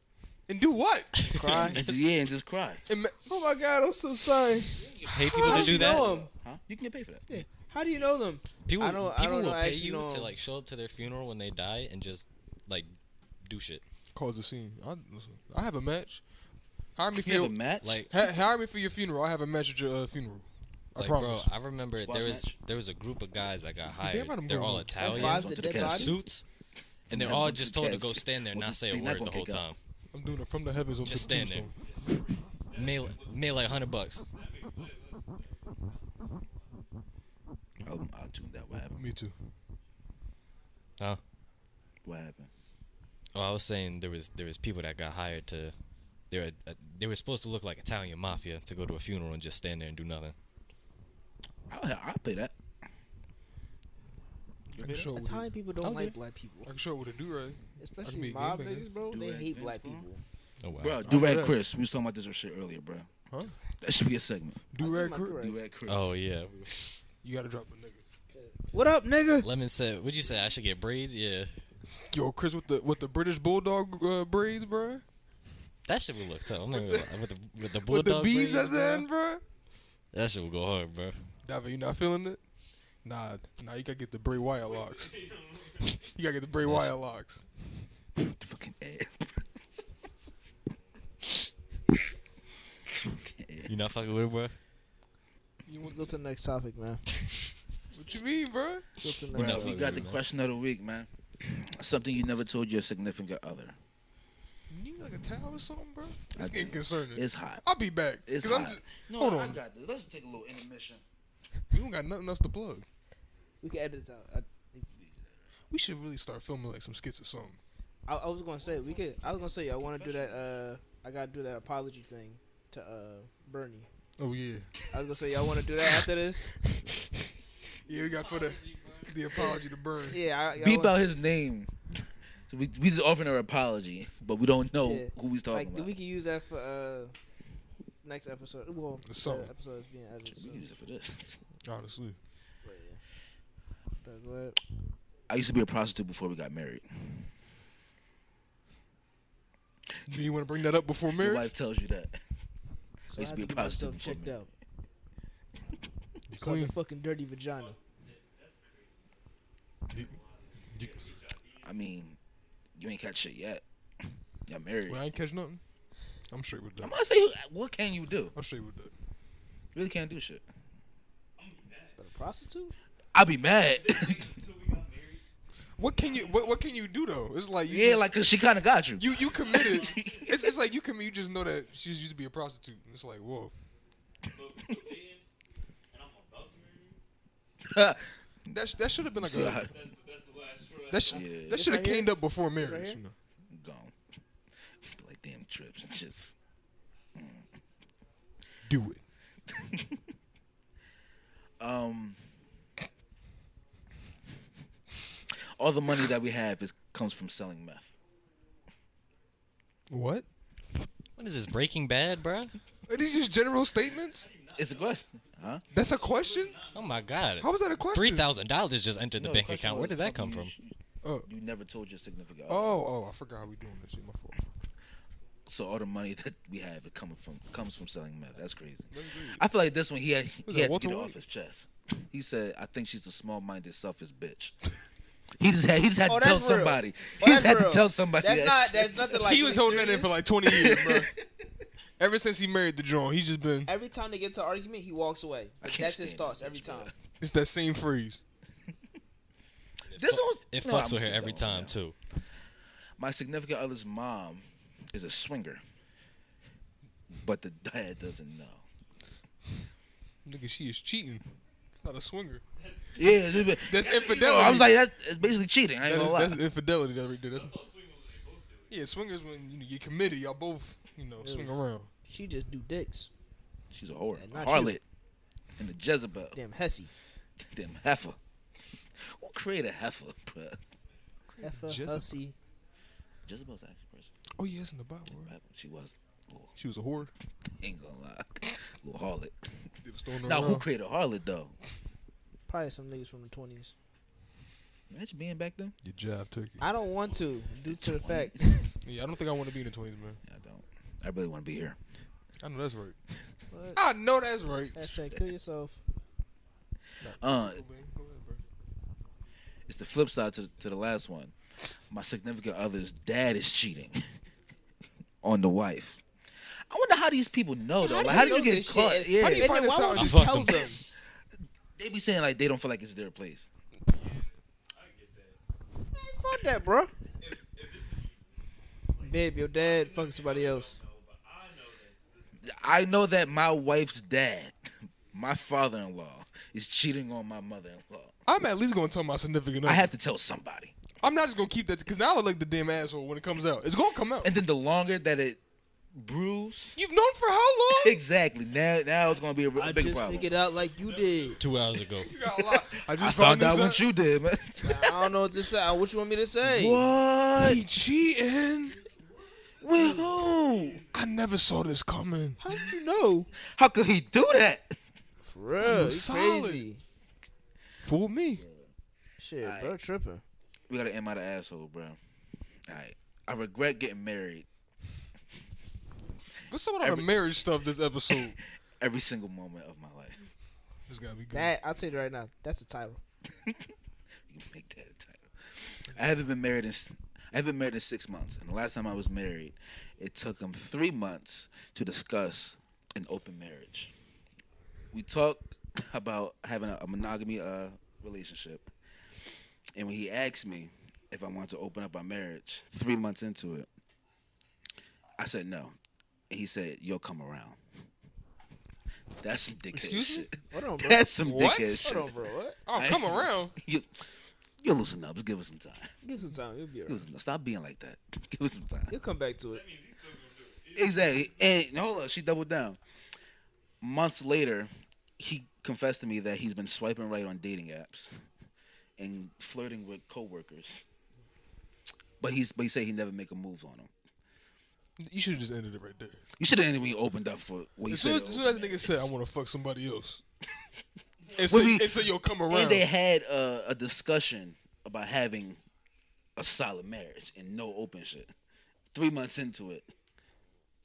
[SPEAKER 4] And do what?
[SPEAKER 3] (laughs)
[SPEAKER 1] Cry.
[SPEAKER 2] And just, yeah, and just cry.
[SPEAKER 4] And ma-
[SPEAKER 1] oh my god, I'm so sorry.
[SPEAKER 3] Pay people
[SPEAKER 1] How
[SPEAKER 3] to
[SPEAKER 1] do
[SPEAKER 3] do
[SPEAKER 1] you
[SPEAKER 3] that.
[SPEAKER 1] know them?
[SPEAKER 2] Huh? You can get paid for that.
[SPEAKER 1] How do you know them?
[SPEAKER 3] People
[SPEAKER 1] I don't- I
[SPEAKER 3] people
[SPEAKER 1] don't
[SPEAKER 3] will
[SPEAKER 1] know, I
[SPEAKER 3] pay
[SPEAKER 1] actually
[SPEAKER 3] you
[SPEAKER 1] know
[SPEAKER 3] to
[SPEAKER 1] them.
[SPEAKER 3] like show up to their funeral when they die and just like do shit.
[SPEAKER 4] cause the scene. I listen, I have a match. Hire me
[SPEAKER 2] (laughs)
[SPEAKER 4] for
[SPEAKER 2] You have
[SPEAKER 4] your,
[SPEAKER 2] a match.
[SPEAKER 3] Like
[SPEAKER 4] ha- hire me for your funeral. I have a match at your uh, funeral. I
[SPEAKER 3] like bro,
[SPEAKER 4] promise.
[SPEAKER 3] I remember
[SPEAKER 2] Squad
[SPEAKER 3] there was
[SPEAKER 2] match?
[SPEAKER 3] there was a group of guys that got
[SPEAKER 4] Damn
[SPEAKER 3] hired.
[SPEAKER 4] right I'm
[SPEAKER 3] They're
[SPEAKER 4] going
[SPEAKER 3] all
[SPEAKER 4] with-
[SPEAKER 3] Italian,
[SPEAKER 1] Vibes
[SPEAKER 2] onto
[SPEAKER 1] at
[SPEAKER 2] the
[SPEAKER 1] dead
[SPEAKER 2] cast.
[SPEAKER 1] body.
[SPEAKER 3] suits, and they're
[SPEAKER 2] Never
[SPEAKER 3] all
[SPEAKER 2] went to
[SPEAKER 3] just
[SPEAKER 2] the
[SPEAKER 3] told to
[SPEAKER 2] casket.
[SPEAKER 3] go stand there,
[SPEAKER 2] Well,
[SPEAKER 3] not
[SPEAKER 2] just
[SPEAKER 3] say
[SPEAKER 2] be
[SPEAKER 3] a
[SPEAKER 2] not
[SPEAKER 3] word
[SPEAKER 2] gonna
[SPEAKER 3] the whole
[SPEAKER 2] kick out.
[SPEAKER 3] time.
[SPEAKER 4] I'm doing it from the heavens. over
[SPEAKER 3] Just
[SPEAKER 4] the
[SPEAKER 3] stand there.
[SPEAKER 4] tombstone.
[SPEAKER 3] Mail mail like hundred bucks.
[SPEAKER 2] Um, I tuned out. What happened?
[SPEAKER 4] Me too.
[SPEAKER 3] Huh?
[SPEAKER 2] What happened?
[SPEAKER 3] Oh, I was saying there was there was people that got hired to. They were, uh, they were supposed to look like Italian mafia to go to a funeral and just stand there and do nothing.
[SPEAKER 2] I'll, I'll pay that.
[SPEAKER 4] I can show it with a-
[SPEAKER 1] Italian people don't like black people,
[SPEAKER 4] I can show it with a do rag.
[SPEAKER 1] especially
[SPEAKER 4] a
[SPEAKER 1] mob
[SPEAKER 4] gangbang.
[SPEAKER 1] niggas, bro. They
[SPEAKER 2] Do-rag
[SPEAKER 1] hate
[SPEAKER 2] gangs,
[SPEAKER 1] black
[SPEAKER 2] bro.
[SPEAKER 1] people.
[SPEAKER 3] Oh wow!
[SPEAKER 2] Bro, do rag
[SPEAKER 4] that.
[SPEAKER 2] Chris. We was talking about this shit earlier, bro.
[SPEAKER 4] Huh?
[SPEAKER 2] That should be a segment.
[SPEAKER 4] Do rag.
[SPEAKER 1] my
[SPEAKER 4] Cr-
[SPEAKER 1] do-rag.
[SPEAKER 2] Do rag Chris.
[SPEAKER 3] Oh yeah.
[SPEAKER 4] you gotta drop a nigga.
[SPEAKER 1] What up, nigga?
[SPEAKER 3] Lemon said, "Would you say I should get braids? Yeah,
[SPEAKER 4] Yo, Chris with the with the British bulldog uh, braids, bro.
[SPEAKER 3] that shit would look tough. I'm not gonna lie. with the with the
[SPEAKER 4] (laughs) With the
[SPEAKER 3] bulldog
[SPEAKER 4] beads
[SPEAKER 3] braids,
[SPEAKER 4] at the
[SPEAKER 3] bro,
[SPEAKER 4] end, bro.
[SPEAKER 3] That shit would go hard, bro.
[SPEAKER 4] Dave, you not feeling it? Nah, nah. You gotta get the Bray Wyatt
[SPEAKER 7] (laughs)
[SPEAKER 4] locks. you gotta get the Bray Wyatt locks.
[SPEAKER 2] The fucking ass. (laughs)
[SPEAKER 3] You not fucking with it, bro.
[SPEAKER 4] You
[SPEAKER 1] Let's
[SPEAKER 4] want,
[SPEAKER 1] go to the next topic, man.
[SPEAKER 4] what you mean, bro?
[SPEAKER 1] Let's go
[SPEAKER 2] (laughs)
[SPEAKER 1] to the
[SPEAKER 3] We
[SPEAKER 1] next
[SPEAKER 3] know
[SPEAKER 2] Bro,
[SPEAKER 1] topic.
[SPEAKER 2] we
[SPEAKER 3] fucking
[SPEAKER 2] got
[SPEAKER 3] with
[SPEAKER 2] the
[SPEAKER 3] it, man.
[SPEAKER 2] question of the week, man. Something you never told your significant other.
[SPEAKER 4] You need like a towel or something, bro? It's
[SPEAKER 2] do.
[SPEAKER 4] getting concerning.
[SPEAKER 2] It's hot.
[SPEAKER 4] I'll be back.
[SPEAKER 2] It's
[SPEAKER 4] 'cause I'm
[SPEAKER 2] hot.
[SPEAKER 4] just-
[SPEAKER 2] no,
[SPEAKER 4] hold
[SPEAKER 2] I- I
[SPEAKER 4] on.
[SPEAKER 2] got this. Let's take a little intermission.
[SPEAKER 4] you don't got nothing else to plug.
[SPEAKER 1] We can edit this out. I,
[SPEAKER 4] We should really start filming like some skits or something.
[SPEAKER 1] I, I was gonna say we could. I was gonna say I want to do that. Uh, I gotta do that apology thing to uh Bernie.
[SPEAKER 4] Oh yeah.
[SPEAKER 1] I was gonna say y'all want to do that
[SPEAKER 2] (laughs)
[SPEAKER 1] after this.
[SPEAKER 4] Yeah, we got for the the apology to burn.
[SPEAKER 1] Yeah, I, y'all
[SPEAKER 2] Beep
[SPEAKER 1] wanna-
[SPEAKER 2] out his name. So we we just offering her apology, but we don't know
[SPEAKER 1] Yeah.
[SPEAKER 2] who he's talking
[SPEAKER 1] Like
[SPEAKER 2] about.
[SPEAKER 1] we can use that for uh next episode. Well,
[SPEAKER 4] The song.
[SPEAKER 1] the episode is being edited. So.
[SPEAKER 2] We use it for this.
[SPEAKER 4] (laughs) Honestly.
[SPEAKER 1] But, yeah. But go ahead.
[SPEAKER 2] I used to be a prostitute before we got married.
[SPEAKER 4] Do you want to bring that up before
[SPEAKER 2] Your
[SPEAKER 4] marriage?
[SPEAKER 2] wife tells you that.
[SPEAKER 1] So
[SPEAKER 2] used
[SPEAKER 1] I had
[SPEAKER 2] to
[SPEAKER 1] to
[SPEAKER 2] be a
[SPEAKER 1] get my stuff
[SPEAKER 2] prostitute before
[SPEAKER 1] checked
[SPEAKER 2] me.
[SPEAKER 1] out.
[SPEAKER 4] You
[SPEAKER 1] So the
[SPEAKER 4] clean.
[SPEAKER 1] fucking dirty vagina.
[SPEAKER 4] You-
[SPEAKER 2] I mean, you ain't got shit yet. Y'all married.
[SPEAKER 4] Well, I ain't catch nothing. I'm straight with
[SPEAKER 2] I'm
[SPEAKER 4] that.
[SPEAKER 2] gonna say, what can you do?
[SPEAKER 4] I'm straight with that.
[SPEAKER 2] You really can't do shit.
[SPEAKER 1] But a prostitute?
[SPEAKER 2] I'll be mad.
[SPEAKER 4] What can you what What can you do though? It's like
[SPEAKER 2] (laughs)
[SPEAKER 4] you
[SPEAKER 2] yeah,
[SPEAKER 4] just-
[SPEAKER 2] like 'cause she kind of got you.
[SPEAKER 4] you
[SPEAKER 2] (laughs)
[SPEAKER 4] you (laughs) committed. it's it's like you commit. You just know that she used to be a prostitute. It's like whoa. That sh- that should have been like
[SPEAKER 2] See,
[SPEAKER 4] a (laughs)
[SPEAKER 2] I-
[SPEAKER 4] that sh-
[SPEAKER 2] Yeah.
[SPEAKER 4] that should have
[SPEAKER 1] right here?
[SPEAKER 4] came up before marriage.
[SPEAKER 1] here?
[SPEAKER 4] you know.
[SPEAKER 2] gone. Like damn trips and just.
[SPEAKER 4] Do it.
[SPEAKER 2] Um. All the money that we have is comes from selling meth.
[SPEAKER 4] What?
[SPEAKER 3] What is this Breaking Bad, bro?
[SPEAKER 4] Are these just general statements?
[SPEAKER 2] It's a question, huh?
[SPEAKER 4] That's a question?
[SPEAKER 3] Oh my god!
[SPEAKER 4] How was that a question?
[SPEAKER 3] Three thousand dollars just entered the
[SPEAKER 2] No,
[SPEAKER 3] bank
[SPEAKER 2] question
[SPEAKER 3] account. Where
[SPEAKER 2] was
[SPEAKER 3] did that come
[SPEAKER 2] something
[SPEAKER 3] from?
[SPEAKER 2] You,
[SPEAKER 4] Oh,
[SPEAKER 2] you never told your significant other.
[SPEAKER 4] oh, oh! I forgot how we doing this. shit, My fault.
[SPEAKER 2] So all the money that we have it coming from comes from selling meth. That's crazy. I feel like this one he had
[SPEAKER 4] Was
[SPEAKER 2] he
[SPEAKER 4] that
[SPEAKER 2] had to
[SPEAKER 4] Walter
[SPEAKER 2] get it
[SPEAKER 4] White?
[SPEAKER 2] off his chest. He said, "I think she's a small-minded, selfish bitch." (laughs) He just had he just had
[SPEAKER 1] Oh,
[SPEAKER 2] to tell
[SPEAKER 1] that's real.
[SPEAKER 2] somebody.
[SPEAKER 1] Oh,
[SPEAKER 2] he just
[SPEAKER 1] that's
[SPEAKER 2] had
[SPEAKER 1] real.
[SPEAKER 2] to tell somebody.
[SPEAKER 1] That's
[SPEAKER 2] that
[SPEAKER 1] not.
[SPEAKER 2] shit.
[SPEAKER 1] That's nothing
[SPEAKER 2] (laughs)
[SPEAKER 1] like.
[SPEAKER 4] he was holding that in for like 20 years, bro. Ever since he married the drone, he's just been
[SPEAKER 1] Every time they get to an argument, he walks away.
[SPEAKER 2] I can't
[SPEAKER 1] That's his
[SPEAKER 2] stand
[SPEAKER 1] thoughts
[SPEAKER 2] this
[SPEAKER 1] every
[SPEAKER 2] bitch,
[SPEAKER 1] time.
[SPEAKER 4] it's that same phrase.
[SPEAKER 2] This one,
[SPEAKER 3] It fucks
[SPEAKER 2] no, I'm
[SPEAKER 3] with her
[SPEAKER 2] still
[SPEAKER 3] every
[SPEAKER 2] going
[SPEAKER 3] time
[SPEAKER 2] now.
[SPEAKER 3] too.
[SPEAKER 2] My significant other's mom is a swinger, but the dad doesn't know.
[SPEAKER 4] Nigga, she is cheating. Not a swinger.
[SPEAKER 2] Yeah, that's,
[SPEAKER 4] That's
[SPEAKER 2] No, I was
[SPEAKER 4] infidelity.
[SPEAKER 2] like, that's, that's basically cheating. I ain't
[SPEAKER 4] That
[SPEAKER 2] gonna
[SPEAKER 4] is,
[SPEAKER 2] lie.
[SPEAKER 4] that's infidelity that we did. That's, yeah, swingers when you know, you committed, y'all both you know swing around.
[SPEAKER 1] She just do dicks.
[SPEAKER 2] She's a whore,
[SPEAKER 1] Yeah,
[SPEAKER 2] a
[SPEAKER 1] not
[SPEAKER 2] harlot, and a Jezebel.
[SPEAKER 1] Damn Hessy.
[SPEAKER 2] Damn heifer. Who created heifer, bruh?
[SPEAKER 1] Heifer,
[SPEAKER 4] Jezebel.
[SPEAKER 1] hussy.
[SPEAKER 2] Jezebel's an actual person.
[SPEAKER 4] Oh yeah, it's in the Bible. Right?
[SPEAKER 2] Bible. She was. a little-
[SPEAKER 4] She was a whore.
[SPEAKER 2] Ain't gonna lie, little harlot.
[SPEAKER 4] It was thrown
[SPEAKER 2] Now, who
[SPEAKER 4] around.
[SPEAKER 2] created harlot though?
[SPEAKER 1] Probably some niggas from the 20s.
[SPEAKER 2] Imagine being back then.
[SPEAKER 4] Your job took it.
[SPEAKER 1] I don't want to, due to the fact. (laughs)
[SPEAKER 4] Yeah, I don't think I want to be in the twenties, man.
[SPEAKER 2] I don't. I really want to be here.
[SPEAKER 4] I know that's right.
[SPEAKER 1] What?
[SPEAKER 4] I know that's right.
[SPEAKER 1] Hashtag kill yourself.
[SPEAKER 2] Uh, it's the flip side to, to the last one. My significant other's dad is cheating (laughs) on the wife. I wonder how these people know though. Like, how did you get caught? Yeah,
[SPEAKER 4] How do you
[SPEAKER 1] And then
[SPEAKER 4] find this
[SPEAKER 1] why
[SPEAKER 4] out?
[SPEAKER 1] would
[SPEAKER 4] I
[SPEAKER 1] you
[SPEAKER 3] fucked
[SPEAKER 1] tell
[SPEAKER 3] him.
[SPEAKER 1] them?
[SPEAKER 2] they be saying like they don't feel like it's their place.
[SPEAKER 1] Man, fuck that, bro. Babe, your dad fucking somebody else.
[SPEAKER 2] I know that my wife's dad, (laughs) my father-in-law, is cheating on my mother-in-law.
[SPEAKER 4] I'm at least gonna tell my significant other.
[SPEAKER 2] I have to tell somebody.
[SPEAKER 4] I'm not just gonna keep that because now I look like the damn asshole when it comes out. It's gonna come out.
[SPEAKER 2] And then the longer that it brews,
[SPEAKER 4] You've known for how long?
[SPEAKER 2] exactly. Now, now it's gonna be a, re-
[SPEAKER 1] I
[SPEAKER 2] big
[SPEAKER 1] just
[SPEAKER 2] problem.
[SPEAKER 1] figured out like you did.
[SPEAKER 3] Two hours ago.
[SPEAKER 4] (laughs) You got a lot. I just
[SPEAKER 2] I found out
[SPEAKER 4] this
[SPEAKER 2] what you did, man. (laughs)
[SPEAKER 1] I don't know what to say. What you want me to say?
[SPEAKER 2] what?
[SPEAKER 4] He cheating.
[SPEAKER 2] With who?
[SPEAKER 4] I never saw this coming.
[SPEAKER 1] How'd you know?
[SPEAKER 2] How could he do that?
[SPEAKER 1] For real, you
[SPEAKER 4] solid.
[SPEAKER 1] crazy.
[SPEAKER 4] Fool me.
[SPEAKER 1] Shit, bro, tripping.
[SPEAKER 2] We gotta end out the asshole, bro. Alright. I regret getting married
[SPEAKER 4] What's up with all the
[SPEAKER 2] Every-
[SPEAKER 4] marriage stuff this episode?
[SPEAKER 2] (laughs) every single moment of my life.
[SPEAKER 4] This gotta be good.
[SPEAKER 1] That I'll tell you right now. That's a title.
[SPEAKER 2] You can make that a title. I haven't been married in s- I haven't been married in six months, and the last time I was married, it took him three months to discuss an open marriage. We talked (laughs) about having a, a monogamy uh, relationship, and when he asked me if I wanted to open up our marriage, three months into it, I said no, and he said you'll come around. That's some dickhead
[SPEAKER 4] Excuse me?
[SPEAKER 2] shit. (laughs)
[SPEAKER 1] Hold on, bro.
[SPEAKER 2] That's some
[SPEAKER 4] What?
[SPEAKER 2] dickhead shit.
[SPEAKER 1] Hold on, bro. (laughs) What?
[SPEAKER 4] oh, come around.
[SPEAKER 2] You, you loosen up. Just give us some time.
[SPEAKER 1] Give some time. You'll be
[SPEAKER 2] Give
[SPEAKER 1] alright.
[SPEAKER 2] us some, stop being like that. (laughs) Give us some time.
[SPEAKER 1] You'll come back to it.
[SPEAKER 2] Exactly. And hold on, she doubled down. Months later, he confessed to me that he's been swiping right on dating apps and flirting with coworkers. But he's but he said he never make a move on him.
[SPEAKER 4] You should have just ended it right there.
[SPEAKER 2] You should have ended when you opened up for what you
[SPEAKER 4] As soon
[SPEAKER 2] said.
[SPEAKER 4] as, as soon as the nigga said, I want to fuck
[SPEAKER 2] (laughs)
[SPEAKER 4] somebody else. And
[SPEAKER 2] Well,
[SPEAKER 4] say,
[SPEAKER 2] we-
[SPEAKER 4] and say you'll come around.
[SPEAKER 2] and they had a, a discussion about having a solid marriage and no open shit. Three months into it,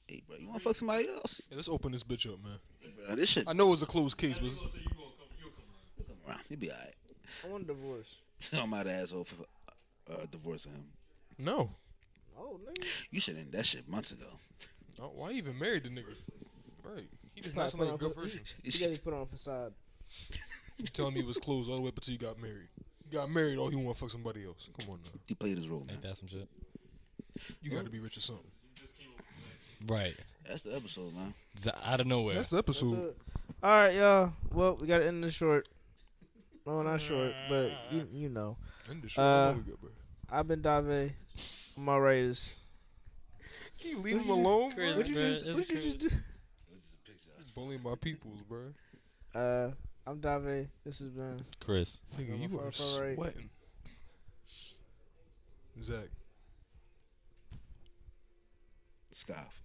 [SPEAKER 2] hey bro, you want to fuck somebody else?
[SPEAKER 4] Yeah, let's open this bitch up, man.
[SPEAKER 2] Bro, this shit
[SPEAKER 4] I know it was a closed case, but
[SPEAKER 2] come around. You'll be alright. (laughs)
[SPEAKER 1] I want a divorce.
[SPEAKER 2] I'm out of asshole for uh, divorcing him.
[SPEAKER 4] no.
[SPEAKER 1] Oh, nigga.
[SPEAKER 2] You should end that shit months ago.
[SPEAKER 4] no. Why even married the nigga? Right. He does
[SPEAKER 1] Nah,
[SPEAKER 4] not sound like a
[SPEAKER 1] put on
[SPEAKER 4] good
[SPEAKER 1] for-
[SPEAKER 4] person.
[SPEAKER 1] You gotta put on a facade.
[SPEAKER 4] You telling me it was closed all the way up until you got married. You got married, oh, he want to fuck somebody else. Come on now.
[SPEAKER 2] He played his role, man.
[SPEAKER 3] Ain't that some shit?
[SPEAKER 4] You got to be rich or something.
[SPEAKER 3] Right.
[SPEAKER 2] That's the episode, man.
[SPEAKER 3] It's out of nowhere.
[SPEAKER 4] That's the episode.
[SPEAKER 1] All right, y'all. Well, we gotta end this short. No, not short, but you you know.
[SPEAKER 4] End the show.
[SPEAKER 1] Uh,
[SPEAKER 4] How long we got, bro?
[SPEAKER 1] I've been Dave. My Raiders.
[SPEAKER 4] Can you leave him alone, bro?
[SPEAKER 3] Chris,
[SPEAKER 1] What'd you
[SPEAKER 3] bro,
[SPEAKER 1] just?
[SPEAKER 3] it's
[SPEAKER 1] What'd you just do?
[SPEAKER 3] crazy.
[SPEAKER 4] Bullying my peoples, bro.
[SPEAKER 1] Uh, I'm Dave. This has been.
[SPEAKER 3] Chris.
[SPEAKER 4] Nigga, you are
[SPEAKER 1] Far, far right.
[SPEAKER 4] sweating. Zach.
[SPEAKER 2] Scoff.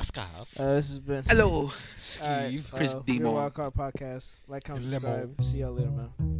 [SPEAKER 3] Scarf.
[SPEAKER 1] Uh, this has been.
[SPEAKER 2] Hello.
[SPEAKER 1] All right,
[SPEAKER 4] Steve.
[SPEAKER 2] Chris
[SPEAKER 1] uh,
[SPEAKER 2] Demo.
[SPEAKER 1] Wild Card Podcast. Like, comment,
[SPEAKER 4] Lemo.
[SPEAKER 1] subscribe. See y'all later, man.